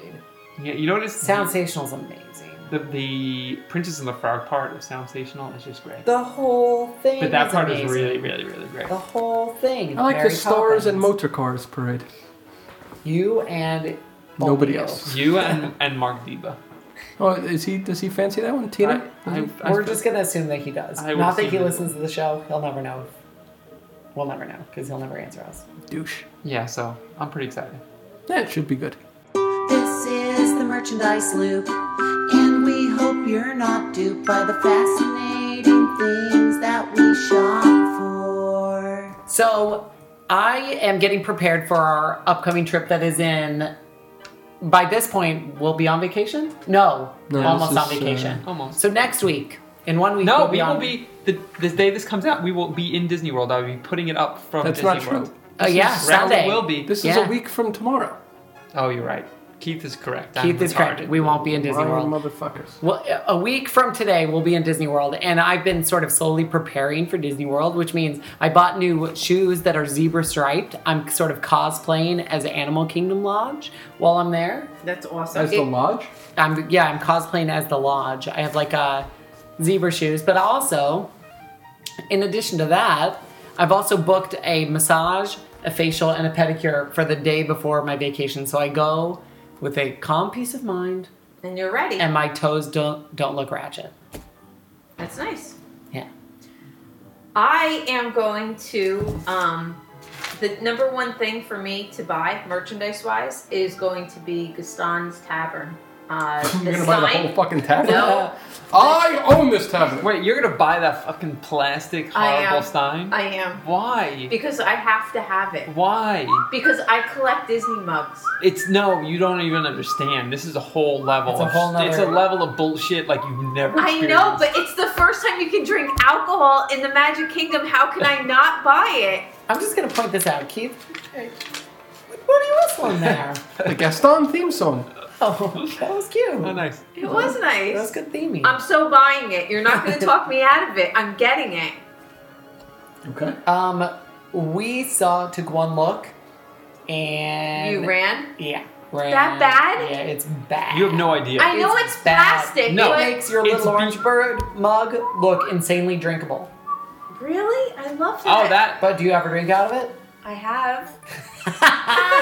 Speaker 2: yeah. You notice the-
Speaker 1: Soundsational's amazing.
Speaker 2: the, the Princess and the Frog part of Soundsational is just great.
Speaker 1: The whole thing.
Speaker 2: But that
Speaker 1: is
Speaker 2: part
Speaker 1: amazing. Oh.
Speaker 2: is really, really, really great.
Speaker 1: The whole thing.
Speaker 4: I like
Speaker 1: Mary
Speaker 4: the stars and
Speaker 1: Poppins.
Speaker 4: motor cars parade.
Speaker 1: You and only
Speaker 4: Nobody
Speaker 1: you.
Speaker 4: else.
Speaker 2: You and, and Mark Diba.
Speaker 4: Oh, is he? Does he fancy that one, Tina?
Speaker 2: I- I- I-
Speaker 1: We're just gonna assume that he does.
Speaker 2: I would
Speaker 1: Not that he
Speaker 2: assume that-
Speaker 1: listens to the show. He'll never know. We'll never know because he'll never answer us.
Speaker 4: douche.
Speaker 2: yeah, so I'm pretty excited.
Speaker 4: That should be good.
Speaker 7: This is the merchandise loop, and we hope you're not duped by the fascinating things that we shop for.
Speaker 1: So I am getting prepared for our upcoming trip that is in. By this point, we'll be on vacation. No,
Speaker 4: No,
Speaker 1: almost
Speaker 4: this
Speaker 1: on
Speaker 4: is,
Speaker 1: vacation.
Speaker 2: uh, Almost.
Speaker 1: So next week, in one week,
Speaker 2: No,
Speaker 1: we'll
Speaker 2: we
Speaker 1: be on-
Speaker 2: will be the, the day this comes out. We will be in Disney World. I'll be putting it up from
Speaker 4: That's
Speaker 2: Disney
Speaker 4: not
Speaker 2: World.
Speaker 4: true.
Speaker 1: Uh, yeah,
Speaker 2: Right,
Speaker 1: Sunday.
Speaker 2: We will be.
Speaker 4: This is
Speaker 1: Yeah.
Speaker 4: a week from tomorrow.
Speaker 2: oh, you're right. Keith is correct.
Speaker 1: Keith
Speaker 2: I'm
Speaker 1: is correct.
Speaker 2: retarded.
Speaker 1: We won't be in Disney
Speaker 4: Lying
Speaker 1: World.
Speaker 4: motherfuckers.
Speaker 1: Well, a week from today, we'll be in Disney World, and I've been sort of slowly preparing for Disney World, which means I bought new shoes that are zebra striped. I'm sort of cosplaying as Animal Kingdom Lodge while I'm there.
Speaker 3: That's awesome.
Speaker 4: As the lodge,
Speaker 1: I'm yeah, I'm cosplaying as the Lodge. I have like uh, zebra shoes, but also, in addition to that, I've also booked a massage, a facial, and a pedicure for the day before my vacation. So I go with a calm peace of mind,
Speaker 3: and you're ready.
Speaker 1: and my toes don't don't look ratchet.
Speaker 3: That's nice.
Speaker 1: Yeah.
Speaker 3: I am going to um the number one thing for me to buy merchandise wise is going to be Gaston's Tavern. Uh,
Speaker 4: you're
Speaker 3: the
Speaker 4: gonna buy the
Speaker 3: sign.
Speaker 4: whole fucking tavern.
Speaker 3: no,
Speaker 4: I own this tavern.
Speaker 2: Wait, you're gonna buy that fucking plastic
Speaker 3: I am.
Speaker 2: horrible stein?
Speaker 3: I am
Speaker 2: Why?
Speaker 3: because I have to have it
Speaker 2: Why?
Speaker 3: because I collect Disney mugs.
Speaker 2: It's no, you don't even understand. This is a whole level.
Speaker 1: It's a
Speaker 2: of-
Speaker 1: whole nother-
Speaker 2: It's a level of bullshit like you've never.
Speaker 3: I know,
Speaker 2: experienced.
Speaker 3: but it's the first time you can drink alcohol in the Magic Kingdom. How can I not buy it?
Speaker 1: I'm just gonna point this out, Keith. What are you whistling there?
Speaker 4: The Gaston theme song.
Speaker 1: oh, that was cute.
Speaker 2: Oh, nice.
Speaker 3: It was nice.
Speaker 1: That was good theming.
Speaker 3: I'm so buying it. You're not going to talk me out of it. I'm getting it.
Speaker 4: Okay.
Speaker 1: Um, we saw took one look, and
Speaker 3: You ran.
Speaker 1: Yeah. Right.
Speaker 3: That bad?
Speaker 1: Yeah, it's bad.
Speaker 2: You have no idea.
Speaker 3: I know
Speaker 1: It's
Speaker 3: it's,
Speaker 1: bad.
Speaker 3: plastic.
Speaker 2: No.
Speaker 1: It
Speaker 3: but-
Speaker 1: makes your
Speaker 2: It's
Speaker 1: little
Speaker 2: be-
Speaker 1: orange bird mug look insanely drinkable.
Speaker 3: really? I love that.
Speaker 2: oh, that.
Speaker 1: But do you ever drink out of it?
Speaker 3: I have.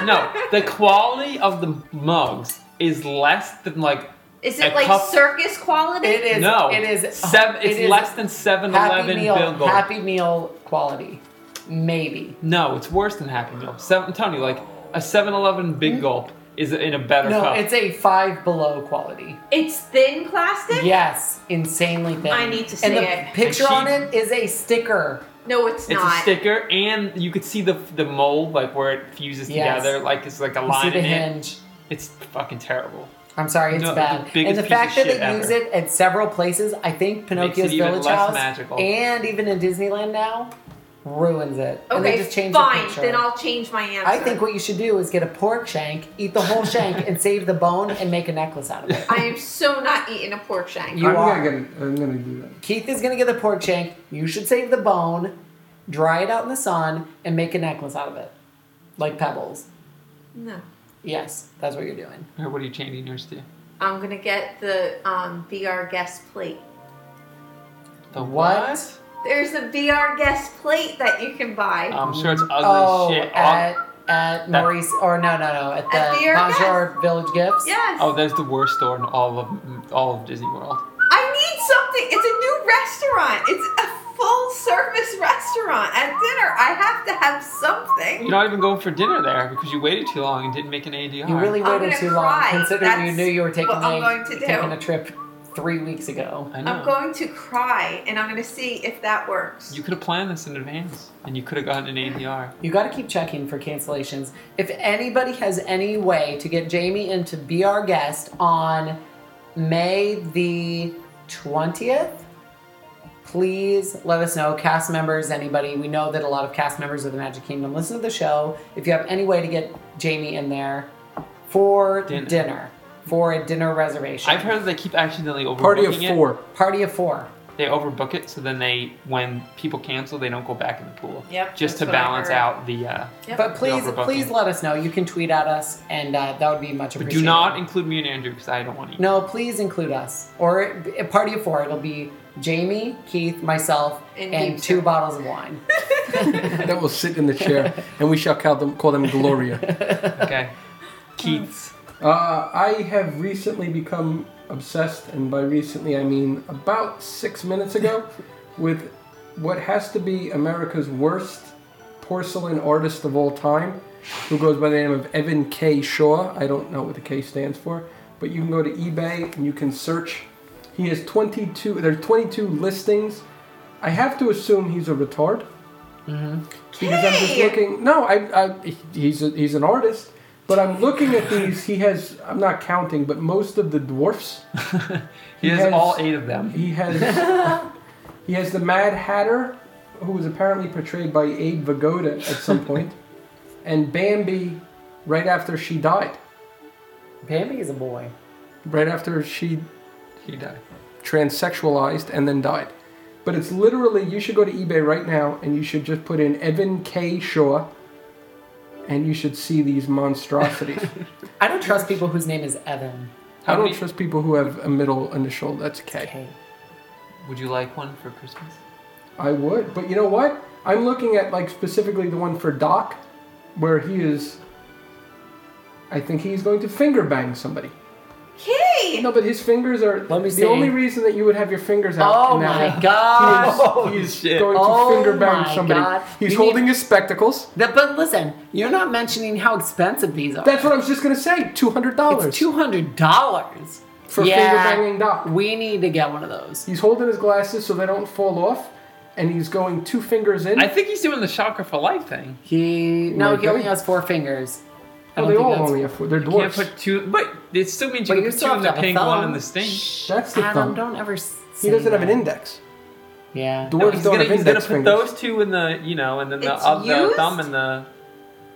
Speaker 2: No, the quality of the mugs is less than like.
Speaker 3: Is it
Speaker 2: A
Speaker 3: like
Speaker 2: cup-
Speaker 3: circus quality?
Speaker 1: it is.
Speaker 2: no,
Speaker 1: It is.
Speaker 2: Seven, it's
Speaker 1: it is
Speaker 2: less than 7
Speaker 1: Happy
Speaker 2: Eleven
Speaker 1: Meal.
Speaker 2: Bill Gold.
Speaker 1: Happy Meal quality, maybe.
Speaker 2: No, it's worse than Happy Meal. Seven, I'm telling you, like a 7 Eleven
Speaker 1: Hmm?
Speaker 2: Big Gulp is in a better
Speaker 1: No,
Speaker 2: cup.
Speaker 1: it's a five below quality.
Speaker 3: It's thin plastic?
Speaker 1: Yes, insanely thin.
Speaker 3: I need to
Speaker 1: And
Speaker 3: see
Speaker 1: the
Speaker 3: it.
Speaker 1: picture
Speaker 2: And she-
Speaker 1: on it is a sticker.
Speaker 3: No, it's,
Speaker 2: It's
Speaker 3: not.
Speaker 2: a sticker, and you could see the the mold, like where it fuses
Speaker 1: Yes.
Speaker 2: together, like it's like a
Speaker 1: You see
Speaker 2: line
Speaker 1: the
Speaker 2: in it.
Speaker 1: hinge.
Speaker 2: It's fucking terrible.
Speaker 1: I'm sorry, it's
Speaker 2: No, it's
Speaker 1: bad.
Speaker 2: the biggest
Speaker 1: and the
Speaker 2: piece
Speaker 1: fact
Speaker 2: of
Speaker 1: that they
Speaker 2: shit ever.
Speaker 1: use it at several places, I think Pinocchio's
Speaker 2: even
Speaker 1: Village
Speaker 2: less
Speaker 1: House
Speaker 2: magical.
Speaker 1: and even in Disneyland now ruins it. and they
Speaker 3: Okay,
Speaker 1: just changed the
Speaker 3: fine.
Speaker 1: picture.
Speaker 3: then I'll change my answer.
Speaker 1: I think what you should do is get a pork shank, eat the whole shank, and save the bone and make a necklace out of it.
Speaker 3: I am so not eating a pork shank.
Speaker 1: You
Speaker 4: I'm
Speaker 1: are.
Speaker 4: gonna get. I'm gonna do that.
Speaker 1: Keith is gonna get the pork shank. You should save the bone, dry it out in the sun, and make a necklace out of it, like pebbles.
Speaker 3: no.
Speaker 1: Yes, that's what you're doing.
Speaker 2: Or what are you changing yours to?
Speaker 3: I'm going to get the um, Be Our Guest plate.
Speaker 2: The
Speaker 1: What?
Speaker 3: There's a Be Our Guest plate that you can buy.
Speaker 2: Uh, I'm sure it's ugly
Speaker 1: Oh,
Speaker 2: shit. All-
Speaker 1: at at Maurice, or no, no, no, at the,
Speaker 3: At the Art
Speaker 1: Bonjour Village Gifts.
Speaker 3: Yes.
Speaker 2: Oh, that's the worst store in all of all of Disney World.
Speaker 3: I need something. It's a new restaurant. It's a full service restaurant. At dinner, I have to have something.
Speaker 2: You're not even going for dinner there because you waited too long and didn't make an ADR.
Speaker 1: You really
Speaker 3: I'm
Speaker 1: waited
Speaker 3: gonna
Speaker 1: too long,
Speaker 3: cry.
Speaker 1: considering you
Speaker 3: That's
Speaker 1: knew you were taking
Speaker 3: what I'm
Speaker 1: a,
Speaker 3: going to do.
Speaker 1: taking a trip three weeks ago.
Speaker 2: I know.
Speaker 3: I'm going to cry, and I'm going to see if that works.
Speaker 2: You could have planned this in advance, and you could have gotten an ADR.
Speaker 1: You got to keep checking for cancellations. If anybody has any way to get Jamie in to be our guest on May the 20th, please let us know. Cast members, anybody. We know that a lot of cast members of the Magic Kingdom listen to the show. If you have any way to get Jamie in there for
Speaker 2: Dinner.
Speaker 1: dinner, for a dinner reservation,
Speaker 2: I've heard that they keep accidentally overbooking
Speaker 4: Party of
Speaker 2: it.
Speaker 4: four.
Speaker 1: party of four.
Speaker 2: They overbook it, so then they, when people cancel, they don't go back in the pool.
Speaker 3: Yep,
Speaker 2: Just to
Speaker 3: that's what I
Speaker 2: balance
Speaker 3: heard.
Speaker 2: out the. Uh,
Speaker 3: Yep.
Speaker 1: But please,
Speaker 2: overbooking.
Speaker 1: please let us know. You can tweet at us, and uh, that would be much
Speaker 2: but
Speaker 1: appreciated.
Speaker 2: do not include me and Andrew because I don't want to. eat.
Speaker 1: No, please include us. Or a party of four. It'll be Jamie, Keith, myself,
Speaker 3: And
Speaker 1: and,
Speaker 3: you,
Speaker 1: two
Speaker 3: sir.
Speaker 1: bottles of wine.
Speaker 4: That will sit in the chair, and we shall call them, call them Gloria.
Speaker 2: Okay. Keith's.
Speaker 4: Uh, I have recently become obsessed, and by recently I mean about six minutes ago, with what has to be America's worst porcelain artist of all time, who goes by the name of Evan K. Shaw. I don't know what the K stands for, but you can go to eBay and you can search. He has 22. There's 22 listings. I have to assume he's a retard. Because I'm just
Speaker 3: Hey!
Speaker 4: looking. No, I, I he's a, he's an artist, but I'm looking at these. He has. I'm not counting, but most of the dwarfs.
Speaker 2: He,
Speaker 4: He
Speaker 2: has,
Speaker 4: has-
Speaker 2: all eight of them.
Speaker 4: He has. he has the Mad Hatter, who was apparently portrayed by Abe Vigoda at some point, and Bambi, right after she died,
Speaker 1: Bambi is a boy.
Speaker 4: right after she
Speaker 2: He died.
Speaker 4: transsexualized and then died. But it's literally you should go to eBay right now and you should just put in Evan K. Shaw, and you should see these monstrosities.
Speaker 1: I don't trust people whose name is Evan.
Speaker 2: How
Speaker 4: I don't
Speaker 2: many-
Speaker 4: trust people who have a middle initial that's K.
Speaker 1: Okay.
Speaker 2: Would you like one for Christmas?
Speaker 4: I would, but you know what? I'm looking at like specifically the one for Doc, where he is. I think he's going to finger bang somebody.
Speaker 3: Hey!
Speaker 4: No, but his fingers are
Speaker 1: Let me
Speaker 4: the
Speaker 1: see.
Speaker 4: only reason that you would have your fingers out.
Speaker 1: Oh
Speaker 4: in that-
Speaker 1: my god!
Speaker 2: Holy shit.
Speaker 4: Going to
Speaker 1: Oh
Speaker 4: finger bang
Speaker 1: my
Speaker 4: somebody.
Speaker 1: God.
Speaker 4: He's
Speaker 1: You
Speaker 4: holding his spectacles.
Speaker 1: That- but listen, you're not mentioning how expensive these are.
Speaker 4: That's what I was just gonna say. Two hundred dollars.
Speaker 1: it's two hundred dollars
Speaker 4: For finger-banging doc.
Speaker 1: We need to get one of those.
Speaker 4: He's holding his glasses so they don't fall off, and he's going two fingers in.
Speaker 2: I think he's doing the chakra for life thing.
Speaker 1: He no,
Speaker 4: like
Speaker 1: he only
Speaker 4: that?
Speaker 1: has four fingers. I don't
Speaker 4: oh, they
Speaker 1: think
Speaker 4: all
Speaker 1: that's-
Speaker 4: only have four. They're
Speaker 2: You can't
Speaker 4: dwarfs.
Speaker 2: put two. But it still means
Speaker 1: But
Speaker 2: you can
Speaker 1: you
Speaker 2: put two
Speaker 1: still
Speaker 2: in
Speaker 1: have
Speaker 2: the
Speaker 1: to have a
Speaker 2: pink, one in
Speaker 1: thumb.
Speaker 2: the stink.
Speaker 4: That's the
Speaker 1: Adam,
Speaker 4: thumb.
Speaker 1: don't ever.
Speaker 4: He doesn't have an
Speaker 1: uh,
Speaker 4: index.
Speaker 1: Yeah.
Speaker 4: Dwarves
Speaker 2: he's
Speaker 4: don't
Speaker 2: gonna,
Speaker 4: have
Speaker 2: he's gonna
Speaker 4: index
Speaker 2: put
Speaker 4: fingers.
Speaker 2: those two in the, you know, and then the,
Speaker 3: It's
Speaker 2: uh, the
Speaker 3: used?
Speaker 2: thumb and the.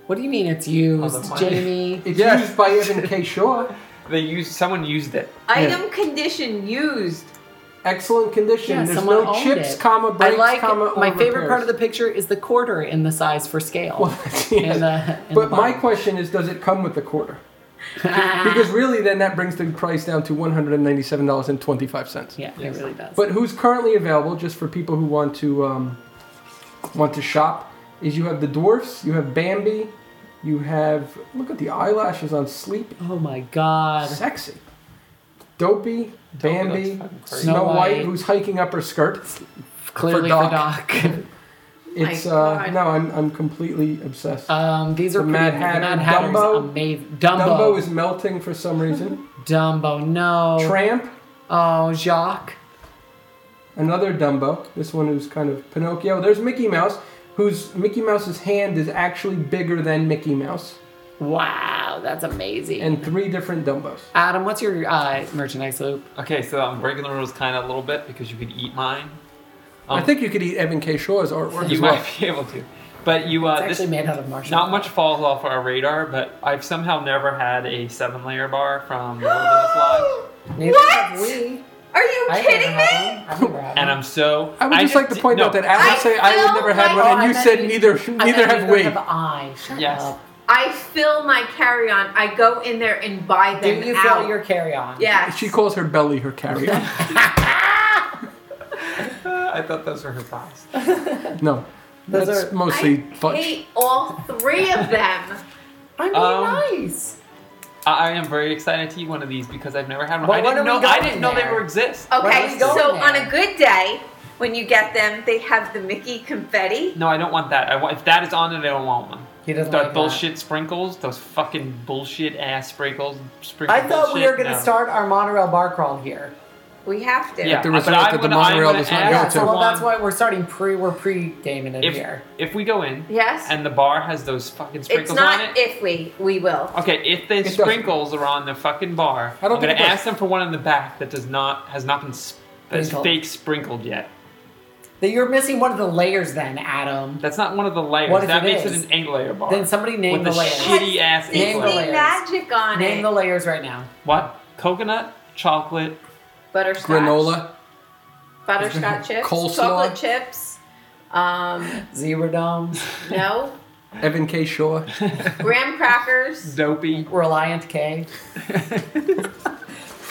Speaker 1: What do you mean it's used,
Speaker 2: Oh, the money.
Speaker 1: Jamie?
Speaker 4: It's
Speaker 2: Yes.
Speaker 4: used by Evan K. Shaw.
Speaker 2: They used someone used it.
Speaker 3: Item condition used.
Speaker 4: Excellent condition.
Speaker 1: Yeah,
Speaker 4: There's
Speaker 1: someone
Speaker 4: no
Speaker 1: owned
Speaker 4: chips,
Speaker 1: it.
Speaker 4: comma breaks,
Speaker 1: I like
Speaker 4: comma
Speaker 1: my
Speaker 4: or
Speaker 1: favorite part
Speaker 4: repairs.
Speaker 1: of the picture is the quarter in the size for scale.
Speaker 4: Well, yes.
Speaker 1: in the, in
Speaker 4: but
Speaker 1: the
Speaker 4: my
Speaker 1: bottom.
Speaker 4: question is, does it come with the quarter? because really, then that brings the price down to one hundred and ninety-seven dollars and twenty-five cents.
Speaker 1: yeah, it really does.
Speaker 4: But who's currently available, just for people who want to um, want to shop, is you have the dwarfs, you have Bambi, you have look at the eyelashes on Sleep,
Speaker 1: oh my god,
Speaker 4: sexy, Dopey,
Speaker 2: Um, looks
Speaker 4: Bambi,
Speaker 2: fucking crazy.
Speaker 4: Snow
Speaker 1: Snow
Speaker 4: White,
Speaker 1: White.
Speaker 4: who's hiking up her skirt.
Speaker 1: clearly
Speaker 4: for
Speaker 1: for
Speaker 4: Doc.
Speaker 1: Doc.
Speaker 4: It's
Speaker 3: My
Speaker 4: uh,
Speaker 3: God.
Speaker 4: no, I'm I'm completely obsessed.
Speaker 2: Uh,
Speaker 1: um, these are
Speaker 4: The
Speaker 1: pretty,
Speaker 4: Mad Hatter,
Speaker 1: the Mad Hatter's
Speaker 4: Dumbo.
Speaker 1: amazing.
Speaker 4: Dumbo
Speaker 1: Dumbo,
Speaker 4: is melting for some reason.
Speaker 1: Dumbo, no.
Speaker 4: Tramp,
Speaker 1: oh, Jacques.
Speaker 4: another Dumbo. This one who's kind of Pinocchio. There's Mickey Mouse, whose Mickey Mouse's hand is actually bigger than Mickey Mouse,
Speaker 1: Wow, that's amazing.
Speaker 4: and three different Dumbos.
Speaker 1: Adam, what's your uh, merchandise loop?
Speaker 2: Okay, so I'm breaking the rules kind of a little bit because you could eat mine.
Speaker 4: I think you could eat Evan K. Shaw's artwork
Speaker 2: Um, you
Speaker 4: as
Speaker 2: might
Speaker 4: well.
Speaker 2: be able to, but you uh,
Speaker 1: It's
Speaker 2: this
Speaker 1: actually made out of marshmallow.
Speaker 2: not much falls off our radar. But I've somehow never had a seven layer bar from the Wilderness Lodge,
Speaker 1: Neither
Speaker 3: What?
Speaker 1: have we.
Speaker 3: Are you
Speaker 1: I've never
Speaker 3: kidding
Speaker 1: had
Speaker 3: me?
Speaker 1: one. I've never had
Speaker 2: and
Speaker 1: one.
Speaker 2: I'm so.
Speaker 4: I would just, like to
Speaker 2: did-
Speaker 4: point
Speaker 2: no,
Speaker 4: out that Adam
Speaker 3: I
Speaker 4: said I
Speaker 3: feel
Speaker 4: had never had
Speaker 3: like-
Speaker 4: one,
Speaker 1: Oh,
Speaker 4: and
Speaker 1: I
Speaker 4: you
Speaker 1: thought
Speaker 4: said
Speaker 1: you-
Speaker 4: neither
Speaker 1: I
Speaker 4: neither
Speaker 1: thought
Speaker 4: have
Speaker 1: you
Speaker 4: we.
Speaker 1: don't Have I. Shut
Speaker 2: Yes.
Speaker 1: up.
Speaker 3: I fill my carry on. I go in there and buy
Speaker 1: Do
Speaker 3: them
Speaker 1: you
Speaker 3: out.
Speaker 1: fill your carry on?
Speaker 3: Yes.
Speaker 4: She calls her belly her carrier.
Speaker 2: I thought those were her thighs.
Speaker 4: no,
Speaker 1: Those
Speaker 4: That's
Speaker 1: are-
Speaker 4: mostly
Speaker 3: I
Speaker 4: fudge.
Speaker 3: hate all three of them.
Speaker 1: I'm
Speaker 2: Um,
Speaker 1: being nice.
Speaker 2: I I am very excited to eat one of these because I've never had one.
Speaker 1: Well,
Speaker 2: I
Speaker 1: why
Speaker 2: didn't know.
Speaker 1: don't we
Speaker 2: I
Speaker 1: go
Speaker 2: didn't
Speaker 1: in
Speaker 2: know they
Speaker 1: there?
Speaker 2: were exist.
Speaker 1: Why
Speaker 3: Okay,
Speaker 1: don't we go
Speaker 3: so
Speaker 1: there?
Speaker 3: on a good day, when you get them, they have the Mickey confetti.
Speaker 2: No, I don't want that. I want, if that is on it, I don't want one.
Speaker 1: He doesn't
Speaker 2: Those
Speaker 1: like that.
Speaker 2: bullshit sprinkles, those fucking bullshit ass sprinkles. sprinkle
Speaker 1: I thought we
Speaker 2: bullshit,
Speaker 1: were going to
Speaker 2: no.
Speaker 1: start our monorail bar crawl here.
Speaker 3: We have to.
Speaker 2: Yeah,
Speaker 4: The
Speaker 2: but
Speaker 4: resort
Speaker 2: I'm
Speaker 4: that the
Speaker 2: gonna- I'm
Speaker 4: monorail
Speaker 2: gonna
Speaker 4: does not
Speaker 2: add
Speaker 1: Yeah,
Speaker 4: go
Speaker 1: so
Speaker 4: to.
Speaker 1: well, that's
Speaker 2: one.
Speaker 1: why we're starting pre. We're pre-gaming it
Speaker 2: If
Speaker 1: here.
Speaker 2: if we go in,
Speaker 3: Yes?
Speaker 2: and the bar has those fucking
Speaker 3: it's
Speaker 2: sprinkles on it.
Speaker 3: not if we, we will.
Speaker 2: Okay, if the
Speaker 4: doesn't.
Speaker 2: sprinkles are on the fucking bar,
Speaker 4: I don't
Speaker 2: am
Speaker 4: think it
Speaker 2: gonna
Speaker 4: does.
Speaker 2: ask them for one in the back that does not has not been sp- that's
Speaker 1: Sprinkled.
Speaker 2: fake sprinkled yet.
Speaker 1: That you're missing one of the layers, then Adam.
Speaker 2: That's not one of the layers.
Speaker 1: What if
Speaker 2: that
Speaker 1: it
Speaker 2: makes
Speaker 1: is?
Speaker 2: it an eight layer bar.
Speaker 1: Then somebody name
Speaker 2: With
Speaker 1: the
Speaker 2: the
Speaker 1: layers.
Speaker 2: shit- Shitty ass
Speaker 3: Has
Speaker 1: Name the
Speaker 3: Disney
Speaker 1: layers.
Speaker 3: magic on
Speaker 1: name
Speaker 3: it.
Speaker 1: the layers right now.
Speaker 2: what? Coconut, chocolate,
Speaker 3: Butterscotch.
Speaker 4: Granola.
Speaker 3: Butterscotch chips.
Speaker 4: Coleslaw.
Speaker 3: Chocolate chips. Um,
Speaker 1: Zebra domes,
Speaker 3: no.
Speaker 4: Evan K. Shaw.
Speaker 3: Graham crackers.
Speaker 2: dopey.
Speaker 1: Reliant K,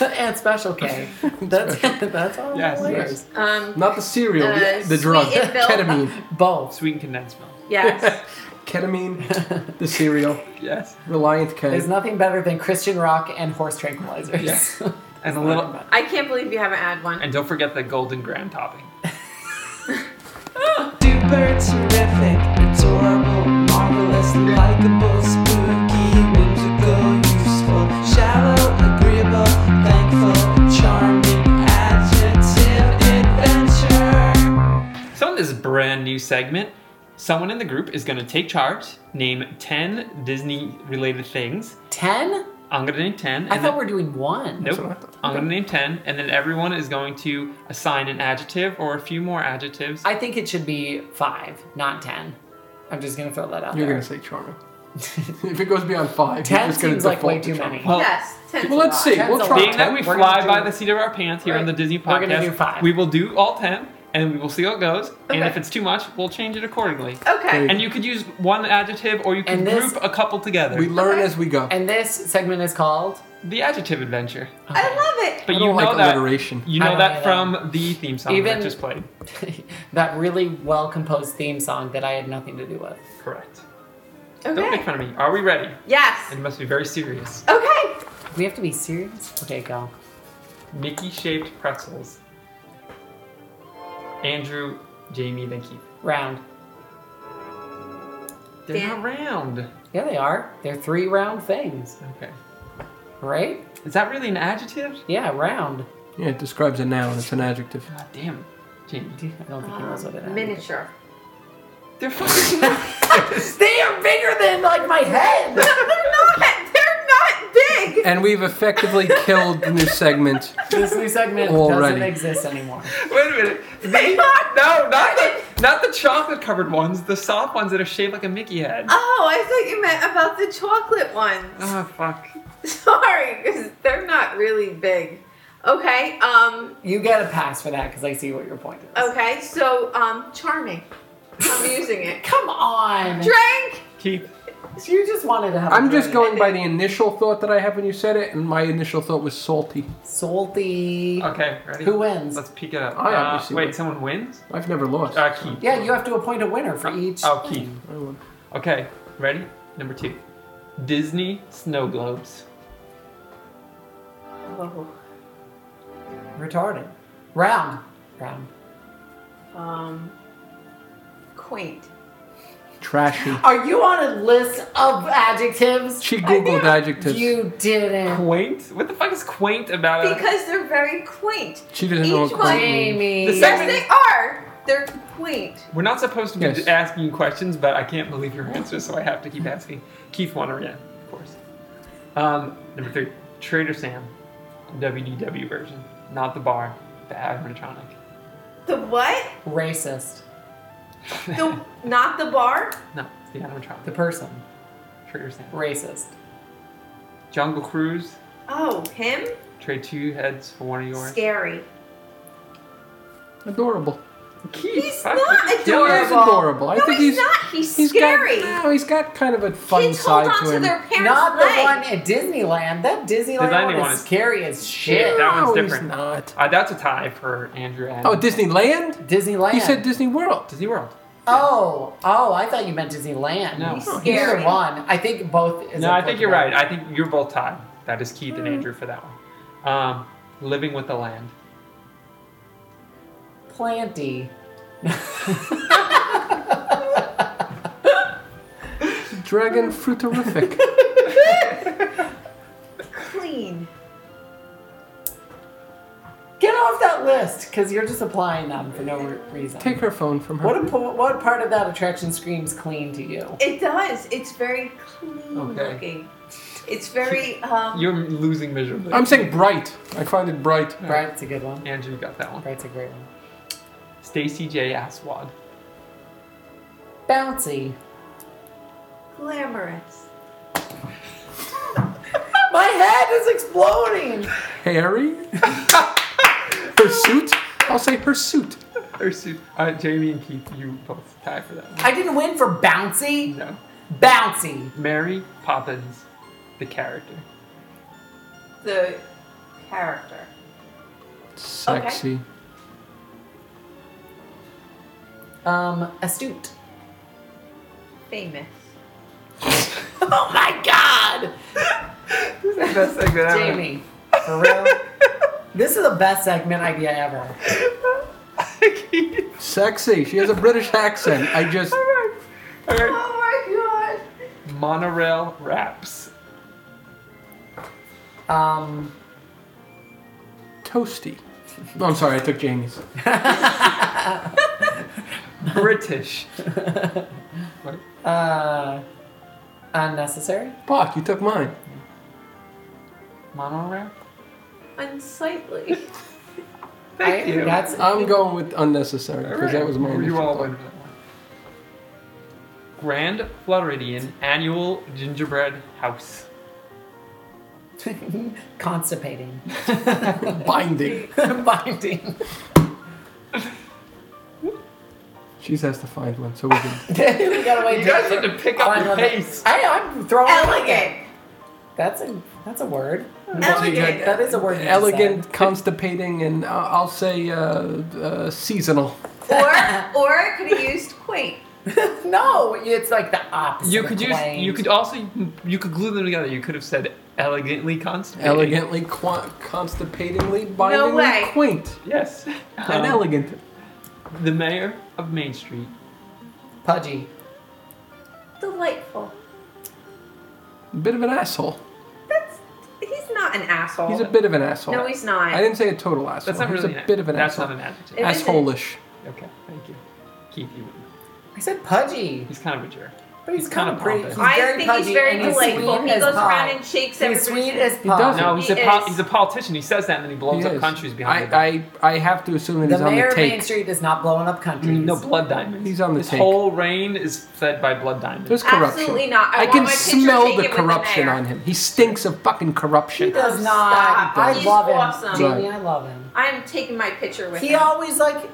Speaker 1: and Special K. That's that's all.
Speaker 2: Yes,
Speaker 1: the layers.
Speaker 3: Um,
Speaker 4: Not the cereal,
Speaker 3: Uh,
Speaker 4: the, the drug.
Speaker 3: sweet and milk.
Speaker 4: Ketamine.
Speaker 1: Both.
Speaker 2: Sweet and condensed milk.
Speaker 3: yes.
Speaker 4: Ketamine, the cereal.
Speaker 2: Yes.
Speaker 4: Reliant K.
Speaker 1: There's nothing better than Christian rock and horse tranquilizers.
Speaker 2: Yeah. And a little
Speaker 3: I can't believe you haven't had one.
Speaker 2: and don't forget the golden graham topping.
Speaker 6: Super terrific, adorable, marvelous, likable, spooky, whimsical, useful, shallow, agreeable, thankful, charming, adjective, adventure.
Speaker 2: So in this brand new segment, someone in the group is gonna take charge, name ten Disney related things.
Speaker 1: Ten?
Speaker 2: I'm gonna name ten.
Speaker 1: I thought
Speaker 2: and then-
Speaker 1: we were doing one.
Speaker 2: Nope.
Speaker 4: what I
Speaker 2: I'm
Speaker 4: thought.
Speaker 2: going to name 10, and then everyone is going to assign an adjective or a few more adjectives.
Speaker 1: I think it should be five, not ten. I'm just gonna throw that out
Speaker 4: You're
Speaker 1: there.
Speaker 4: going to say charming. if it goes beyond five, you're
Speaker 1: ten
Speaker 4: just going to
Speaker 1: seems like way
Speaker 4: default
Speaker 1: too
Speaker 4: to charming.
Speaker 1: many.
Speaker 2: Well,
Speaker 3: yes. ten's
Speaker 4: Well,
Speaker 3: a
Speaker 4: let's
Speaker 3: lot.
Speaker 4: see.
Speaker 1: Ten's
Speaker 4: We'll
Speaker 1: a
Speaker 4: try
Speaker 1: lot.
Speaker 2: being that
Speaker 4: ten.
Speaker 2: we
Speaker 1: We're gonna
Speaker 2: fly
Speaker 1: do-
Speaker 2: by the seat of our pants here on the
Speaker 1: Right.
Speaker 2: Disney
Speaker 1: We're gonna
Speaker 2: podcast,
Speaker 1: do five.
Speaker 2: we will do all 10, and we will see how it goes. And
Speaker 3: Okay.
Speaker 2: if it's too much, we'll change it accordingly.
Speaker 3: Okay.
Speaker 4: Great.
Speaker 2: And you could use one adjective, or you can
Speaker 1: And this-
Speaker 2: group a couple together.
Speaker 4: We learn
Speaker 3: Okay.
Speaker 4: as we go.
Speaker 1: And this segment is called
Speaker 2: the adjective adventure.
Speaker 3: I love it.
Speaker 2: But
Speaker 4: I
Speaker 2: you
Speaker 4: don't like
Speaker 2: know that
Speaker 4: alliteration.
Speaker 2: you
Speaker 1: I
Speaker 2: know
Speaker 1: don't
Speaker 2: that
Speaker 1: either.
Speaker 2: from the theme song
Speaker 1: Even-
Speaker 2: that just played.
Speaker 1: that really well composed theme song that I had nothing to do with.
Speaker 2: Correct. Don't make
Speaker 3: Okay.
Speaker 2: fun of me. Are we ready?
Speaker 3: Yes.
Speaker 2: It must be very serious.
Speaker 3: Okay.
Speaker 1: We have to be serious? Okay, go.
Speaker 2: Mickey-shaped pretzels. Andrew, Jamie, then Keith.
Speaker 1: Round.
Speaker 2: They're
Speaker 3: Dan.
Speaker 2: not round.
Speaker 1: Yeah, they are. They're three round things,
Speaker 2: Okay.
Speaker 1: right?
Speaker 2: Is that really an adjective?
Speaker 1: Yeah, round.
Speaker 4: Yeah, it describes a noun. It's an adjective.
Speaker 2: God damn, Jamie.
Speaker 1: Dude, I don't think he knows what it
Speaker 3: Um,
Speaker 1: is.
Speaker 3: miniature.
Speaker 2: They're fucking.
Speaker 1: They are bigger than like my head.
Speaker 3: No, they're not. They're not big.
Speaker 4: And we've effectively killed the new segment.
Speaker 1: this new segment
Speaker 4: Already.
Speaker 1: doesn't exist anymore.
Speaker 2: Wait a minute. They
Speaker 3: are.
Speaker 2: No, not the not the chocolate covered ones. The soft ones that are shaped like a Mickey head.
Speaker 3: Oh, I thought you meant about the chocolate ones.
Speaker 2: Oh fuck.
Speaker 3: Sorry, because they're not really big. Okay. Um.
Speaker 1: You get a pass for that because I see what your point is.
Speaker 3: Okay. So, um, charming. I'm using it.
Speaker 1: Come on.
Speaker 3: Drink.
Speaker 2: Keith.
Speaker 1: You just wanted to have. a
Speaker 4: I'm just
Speaker 1: drink.
Speaker 4: going by the initial thought that I had when you said it, and my initial thought was salty.
Speaker 1: salty.
Speaker 2: Okay, ready.
Speaker 1: Who wins?
Speaker 2: Let's peek it up.
Speaker 4: I
Speaker 2: Uh,
Speaker 4: obviously
Speaker 2: wait,
Speaker 4: win.
Speaker 2: someone wins.
Speaker 4: I've never lost.
Speaker 2: Uh, Keith.
Speaker 1: Yeah, you have to appoint a winner for each.
Speaker 2: Oh, Keith.
Speaker 4: I won.
Speaker 2: Okay, ready. Number two. Disney snow globes.
Speaker 3: Oh.
Speaker 1: Retarded. Round. Round.
Speaker 3: Um. Quaint.
Speaker 4: Trashy.
Speaker 1: Are you on a list of adjectives?
Speaker 4: She googled adjectives.
Speaker 1: You didn't.
Speaker 2: Quaint? What the fuck is quaint about uh, a-
Speaker 3: Because they're very quaint.
Speaker 4: she doesn't know what
Speaker 3: Each
Speaker 4: quaint
Speaker 3: one-
Speaker 4: means.
Speaker 1: Amy.
Speaker 2: The
Speaker 3: Yes,
Speaker 2: segment-
Speaker 3: they are. They're quaint.
Speaker 2: We're not supposed to be
Speaker 4: Yes.
Speaker 2: asking you questions, but I can't believe your answer, so I have to keep asking. Keith Wanarian, of course. Um, number three, Trader Sam, WDW version, not the bar, the animatronic.
Speaker 3: The what?
Speaker 1: Racist.
Speaker 3: The not the bar.
Speaker 2: no, it's the
Speaker 1: The
Speaker 2: animatronic.
Speaker 1: person.
Speaker 2: Trader Sam.
Speaker 1: Racist.
Speaker 2: Jungle Cruise,
Speaker 3: Oh, him.
Speaker 2: trade two heads for one of yours.
Speaker 3: Scary.
Speaker 4: Adorable.
Speaker 2: Keith,
Speaker 3: He's
Speaker 2: fuck
Speaker 3: not
Speaker 2: you.
Speaker 3: adorable.
Speaker 4: Yeah, he's adorable. I
Speaker 3: no,
Speaker 4: think
Speaker 3: he's,
Speaker 4: he's-
Speaker 3: not. He's,
Speaker 4: He's
Speaker 3: scary.
Speaker 4: got no, he's got kind of a fun
Speaker 3: Kids hold
Speaker 4: side
Speaker 3: on
Speaker 4: to
Speaker 3: to
Speaker 4: him.
Speaker 3: their parents'
Speaker 1: Not the
Speaker 3: leg.
Speaker 1: one at Disneyland. That Disneyland
Speaker 2: Disney
Speaker 1: one
Speaker 2: one
Speaker 1: is
Speaker 2: is-
Speaker 1: scary as
Speaker 2: Yeah,
Speaker 1: shit.
Speaker 2: that one's
Speaker 4: no,
Speaker 2: different.
Speaker 4: He's not.
Speaker 2: Uh, that's a tie for Andrew and
Speaker 4: Oh, Disneyland?
Speaker 1: Disneyland.
Speaker 4: You said Disney World.
Speaker 2: Disney World.
Speaker 1: Oh, oh, I thought you meant Disneyland.
Speaker 2: No.
Speaker 3: He's
Speaker 1: Either
Speaker 3: scary.
Speaker 1: one. I think both is
Speaker 2: No, I think you're right.
Speaker 1: applicable.
Speaker 2: I think you're both tied. That is Keith and
Speaker 3: Hmm.
Speaker 2: Andrew for that one. Um, living with the land.
Speaker 1: Planty.
Speaker 3: Mm.
Speaker 4: Dragon fruiterific.
Speaker 3: Clean.
Speaker 1: Get off that list because you're just applying them for no re- reason.
Speaker 4: Take her phone from her.
Speaker 1: What, a, po- what part of that attraction screams clean to you?
Speaker 3: It does. It's very clean
Speaker 2: Okay.
Speaker 3: looking. It's very um
Speaker 2: You're losing miserably.
Speaker 4: I'm saying bright. I find it bright.
Speaker 1: Bright's a good one.
Speaker 2: Andrew got that one.
Speaker 1: Bright's a great one.
Speaker 2: Stacy J. Aswad.
Speaker 1: Bouncy.
Speaker 3: glamorous.
Speaker 1: My head is exploding.
Speaker 4: Harry? her suit? I'll say her suit.
Speaker 2: Or Su- uh, Jamie and Keith, you both tie for that one.
Speaker 1: I didn't win for bouncy.
Speaker 2: No.
Speaker 1: Bouncy.
Speaker 2: Mary Poppins, the character.
Speaker 3: The character.
Speaker 4: Sexy.
Speaker 1: Um, astute.
Speaker 3: Famous.
Speaker 1: Oh my god.
Speaker 2: Best thing that ever.
Speaker 1: Jamie, for real? this is the best segment idea ever.
Speaker 4: Sexy. She has a British accent. I just.
Speaker 2: All right.
Speaker 3: Oh my god.
Speaker 2: Monorail wraps.
Speaker 1: Um,
Speaker 4: Toasty. No, I'm sorry, I took Jamie's.
Speaker 2: British. What?
Speaker 1: uh, unnecessary.
Speaker 4: Fuck, you took mine.
Speaker 2: Monorail?
Speaker 3: Unsightly.
Speaker 2: Thank
Speaker 1: I-
Speaker 2: you.
Speaker 1: That's
Speaker 4: I'm going with unnecessary
Speaker 2: All
Speaker 4: because
Speaker 2: right.
Speaker 4: that was my
Speaker 2: You
Speaker 4: initial
Speaker 2: all
Speaker 4: thought.
Speaker 2: win for that one. Grand Floridian Annual Gingerbread House.
Speaker 1: constipating,
Speaker 4: Binding.
Speaker 1: binding.
Speaker 4: She has to find one, so we can.
Speaker 1: we gotta wait.
Speaker 2: You
Speaker 1: till-
Speaker 2: guys need to pick up
Speaker 1: find
Speaker 2: your
Speaker 1: one that-
Speaker 2: pace.
Speaker 1: I, I'm throwing.
Speaker 3: Elegant.
Speaker 1: That's a that's a word.
Speaker 3: Elegant.
Speaker 1: That is a word. you just
Speaker 4: Elegant, constipating, and uh, I'll say uh, uh, seasonal.
Speaker 3: or or I could have used quaint.
Speaker 1: said. no, it's like the opposite.
Speaker 2: You
Speaker 1: of
Speaker 2: could use.
Speaker 1: plain.
Speaker 2: You could also. You could glue them together. You could have said elegantly constipated.
Speaker 4: Elegantly, qua- constipatingly, bindingly,
Speaker 3: way.
Speaker 4: quaint,
Speaker 2: Yes.
Speaker 4: and
Speaker 2: Um,
Speaker 4: elegant.
Speaker 2: The mayor of Main Street.
Speaker 1: pudgy.
Speaker 3: Delightful.
Speaker 4: Bit of an asshole.
Speaker 3: That's he's not an asshole.
Speaker 4: He's a bit of an asshole.
Speaker 3: No, he's not.
Speaker 4: I didn't say a total asshole.
Speaker 2: That's not
Speaker 4: he's
Speaker 2: really.
Speaker 4: a bit of an
Speaker 2: that's
Speaker 4: asshole.
Speaker 2: not an adjective.
Speaker 3: It is a-
Speaker 4: Asshole-ish.
Speaker 2: Okay. Thank you. Keith, you. win.
Speaker 1: I said pudgy,
Speaker 2: He's kind of a jerk.
Speaker 1: but he's,
Speaker 2: He's
Speaker 1: kind of
Speaker 2: kinda
Speaker 1: pretty.
Speaker 2: pompous.
Speaker 1: He's
Speaker 3: I
Speaker 1: very
Speaker 3: think he's
Speaker 1: pudgy
Speaker 3: very
Speaker 1: and he's
Speaker 3: delightful.
Speaker 1: sweet
Speaker 3: He
Speaker 1: as
Speaker 3: goes
Speaker 1: pie.
Speaker 3: around and shakes
Speaker 1: He's
Speaker 3: everybody.
Speaker 1: sweet as
Speaker 4: He
Speaker 1: pie.
Speaker 4: doesn't.
Speaker 2: No, he's
Speaker 3: He
Speaker 2: a pol-
Speaker 3: is-
Speaker 2: he's a politician. He says that and then he blows
Speaker 4: He
Speaker 2: up
Speaker 4: is.
Speaker 2: countries behind it.
Speaker 4: I, I, I have to assume that
Speaker 1: The
Speaker 4: he's on
Speaker 1: mayor
Speaker 4: the
Speaker 1: of Main
Speaker 4: take.
Speaker 1: Street is not blowing up countries.
Speaker 2: No blood diamonds.
Speaker 4: He's on the
Speaker 2: His
Speaker 4: take.
Speaker 2: whole reign is fed by blood diamonds.
Speaker 4: There's corruption.
Speaker 3: Absolutely not. I want
Speaker 4: can
Speaker 3: my picture
Speaker 4: smell
Speaker 3: taken
Speaker 4: the
Speaker 3: with the
Speaker 4: corruption
Speaker 3: mayor.
Speaker 4: on him. He stinks of fucking corruption.
Speaker 1: He does not.
Speaker 3: Stop.
Speaker 1: I
Speaker 3: He's
Speaker 1: love him.
Speaker 3: awesome.
Speaker 1: Jamie,
Speaker 4: Right.
Speaker 1: I love him.
Speaker 3: I'm taking my picture with
Speaker 1: He
Speaker 3: him.
Speaker 1: always like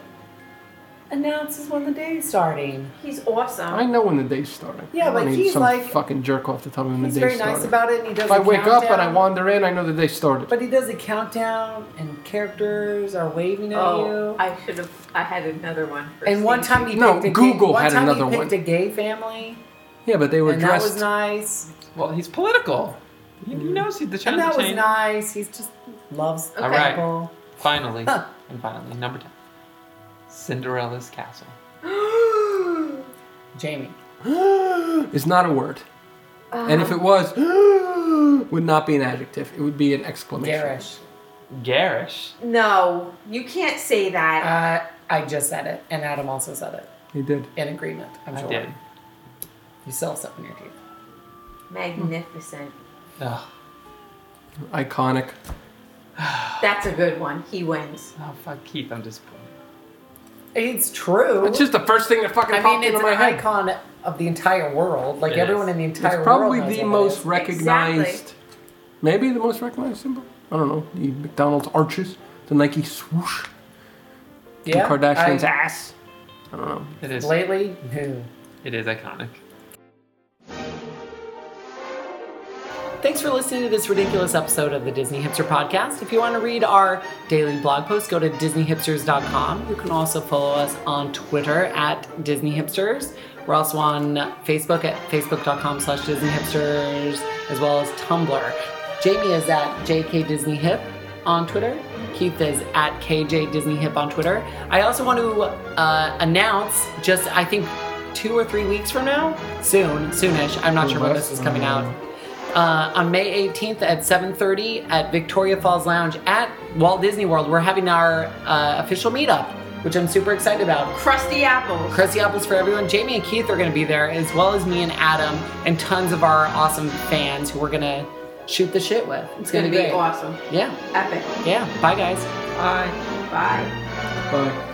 Speaker 1: announces when the day's starting.
Speaker 3: he's awesome.
Speaker 4: I know when the day's starting.
Speaker 1: Yeah,
Speaker 4: I don't
Speaker 1: but
Speaker 4: need
Speaker 1: he's
Speaker 4: some
Speaker 1: like-
Speaker 4: fucking jerk off to tell me when
Speaker 1: He's
Speaker 4: the
Speaker 1: very
Speaker 4: day's starting.
Speaker 1: nice about it and he does
Speaker 4: if I
Speaker 1: a
Speaker 4: wake
Speaker 1: countdown,
Speaker 4: up and I wander in, I know the day started.
Speaker 1: But he does a countdown and characters are waving at
Speaker 3: oh,
Speaker 1: you.
Speaker 3: I should have. I had another one. For
Speaker 1: and one
Speaker 3: Stacey.
Speaker 1: time he
Speaker 4: No,
Speaker 1: picked a gay,
Speaker 4: Google
Speaker 1: one
Speaker 4: had
Speaker 1: time
Speaker 4: another
Speaker 1: he picked
Speaker 4: one.
Speaker 1: a gay family
Speaker 4: yeah, but they were
Speaker 1: and that
Speaker 4: dressed.
Speaker 1: was nice.
Speaker 2: well, he's political. He, he knows he's the
Speaker 1: Mm-hmm. And
Speaker 2: challenge.
Speaker 1: that was nice. He's just loves
Speaker 3: Okay.
Speaker 2: All right.
Speaker 1: people.
Speaker 2: Finally,
Speaker 1: Huh.
Speaker 2: and finally, number ten. Cinderella's castle.
Speaker 1: Jamie.
Speaker 4: is not a word. and if it was, would not be an adjective. It would be an exclamation.
Speaker 1: Garish.
Speaker 2: Garish.
Speaker 3: no, you can't say that.
Speaker 1: Uh, I just said it. And Adam also said it.
Speaker 4: He did.
Speaker 1: In agreement, I'm
Speaker 2: I
Speaker 1: sure.
Speaker 2: did.
Speaker 1: You still have something in your teeth.
Speaker 4: Uh,
Speaker 3: Magnificent.
Speaker 2: Ugh.
Speaker 4: Iconic.
Speaker 3: That's a good one. He wins.
Speaker 2: Oh fuck, Keith, I'm disappointed.
Speaker 1: It's true.
Speaker 4: It's just the first thing that fucking
Speaker 1: I
Speaker 4: popped
Speaker 1: mean, it's
Speaker 4: into
Speaker 1: an
Speaker 4: my head.
Speaker 1: icon of the entire world. Like
Speaker 2: It
Speaker 1: everyone
Speaker 2: is.
Speaker 1: in the entire
Speaker 4: It's probably
Speaker 1: world. knows
Speaker 4: the
Speaker 1: what it
Speaker 4: most
Speaker 1: is.
Speaker 4: recognized, maybe the most recognized symbol. I don't know. The McDonald's arches, the Nike swoosh,
Speaker 1: yeah,
Speaker 4: the Kardashians'
Speaker 1: I-
Speaker 4: ass. I don't know.
Speaker 2: It is.
Speaker 1: Lately, no.
Speaker 2: It is iconic.
Speaker 1: Thanks for listening to this ridiculous episode of the Disney Hipster Podcast. If you want to read our daily blog post, go to DisneyHipsters.com. You can also follow us on Twitter at Disney Hipsters. We're also on Facebook at Facebook.com slash Disney Hipsters, as well as Tumblr. Jamie is at JK Disney Hip on Twitter. Keith is at KJ Disney Hip on Twitter. I also want to uh, announce just, I think, two or three weeks from now, soon, soonish. I'm not
Speaker 4: Ooh,
Speaker 1: sure when
Speaker 4: that's-
Speaker 1: this is coming
Speaker 4: um,
Speaker 1: out uh, on May 18th at 7:30 at Victoria Falls Lounge at Walt Disney World. We're having our uh, official meetup, which I'm super excited about.
Speaker 3: Crusty apples.
Speaker 1: Crusty apples for everyone. Jamie and Keith are going to be there, as well as me and Adam, and tons of our awesome fans who we're going to shoot the shit with.
Speaker 3: It's gonna be
Speaker 1: great.
Speaker 3: awesome.
Speaker 1: Yeah,
Speaker 3: Epic.
Speaker 1: yeah. Bye, guys.
Speaker 4: Bye.
Speaker 3: Bye.
Speaker 4: Bye.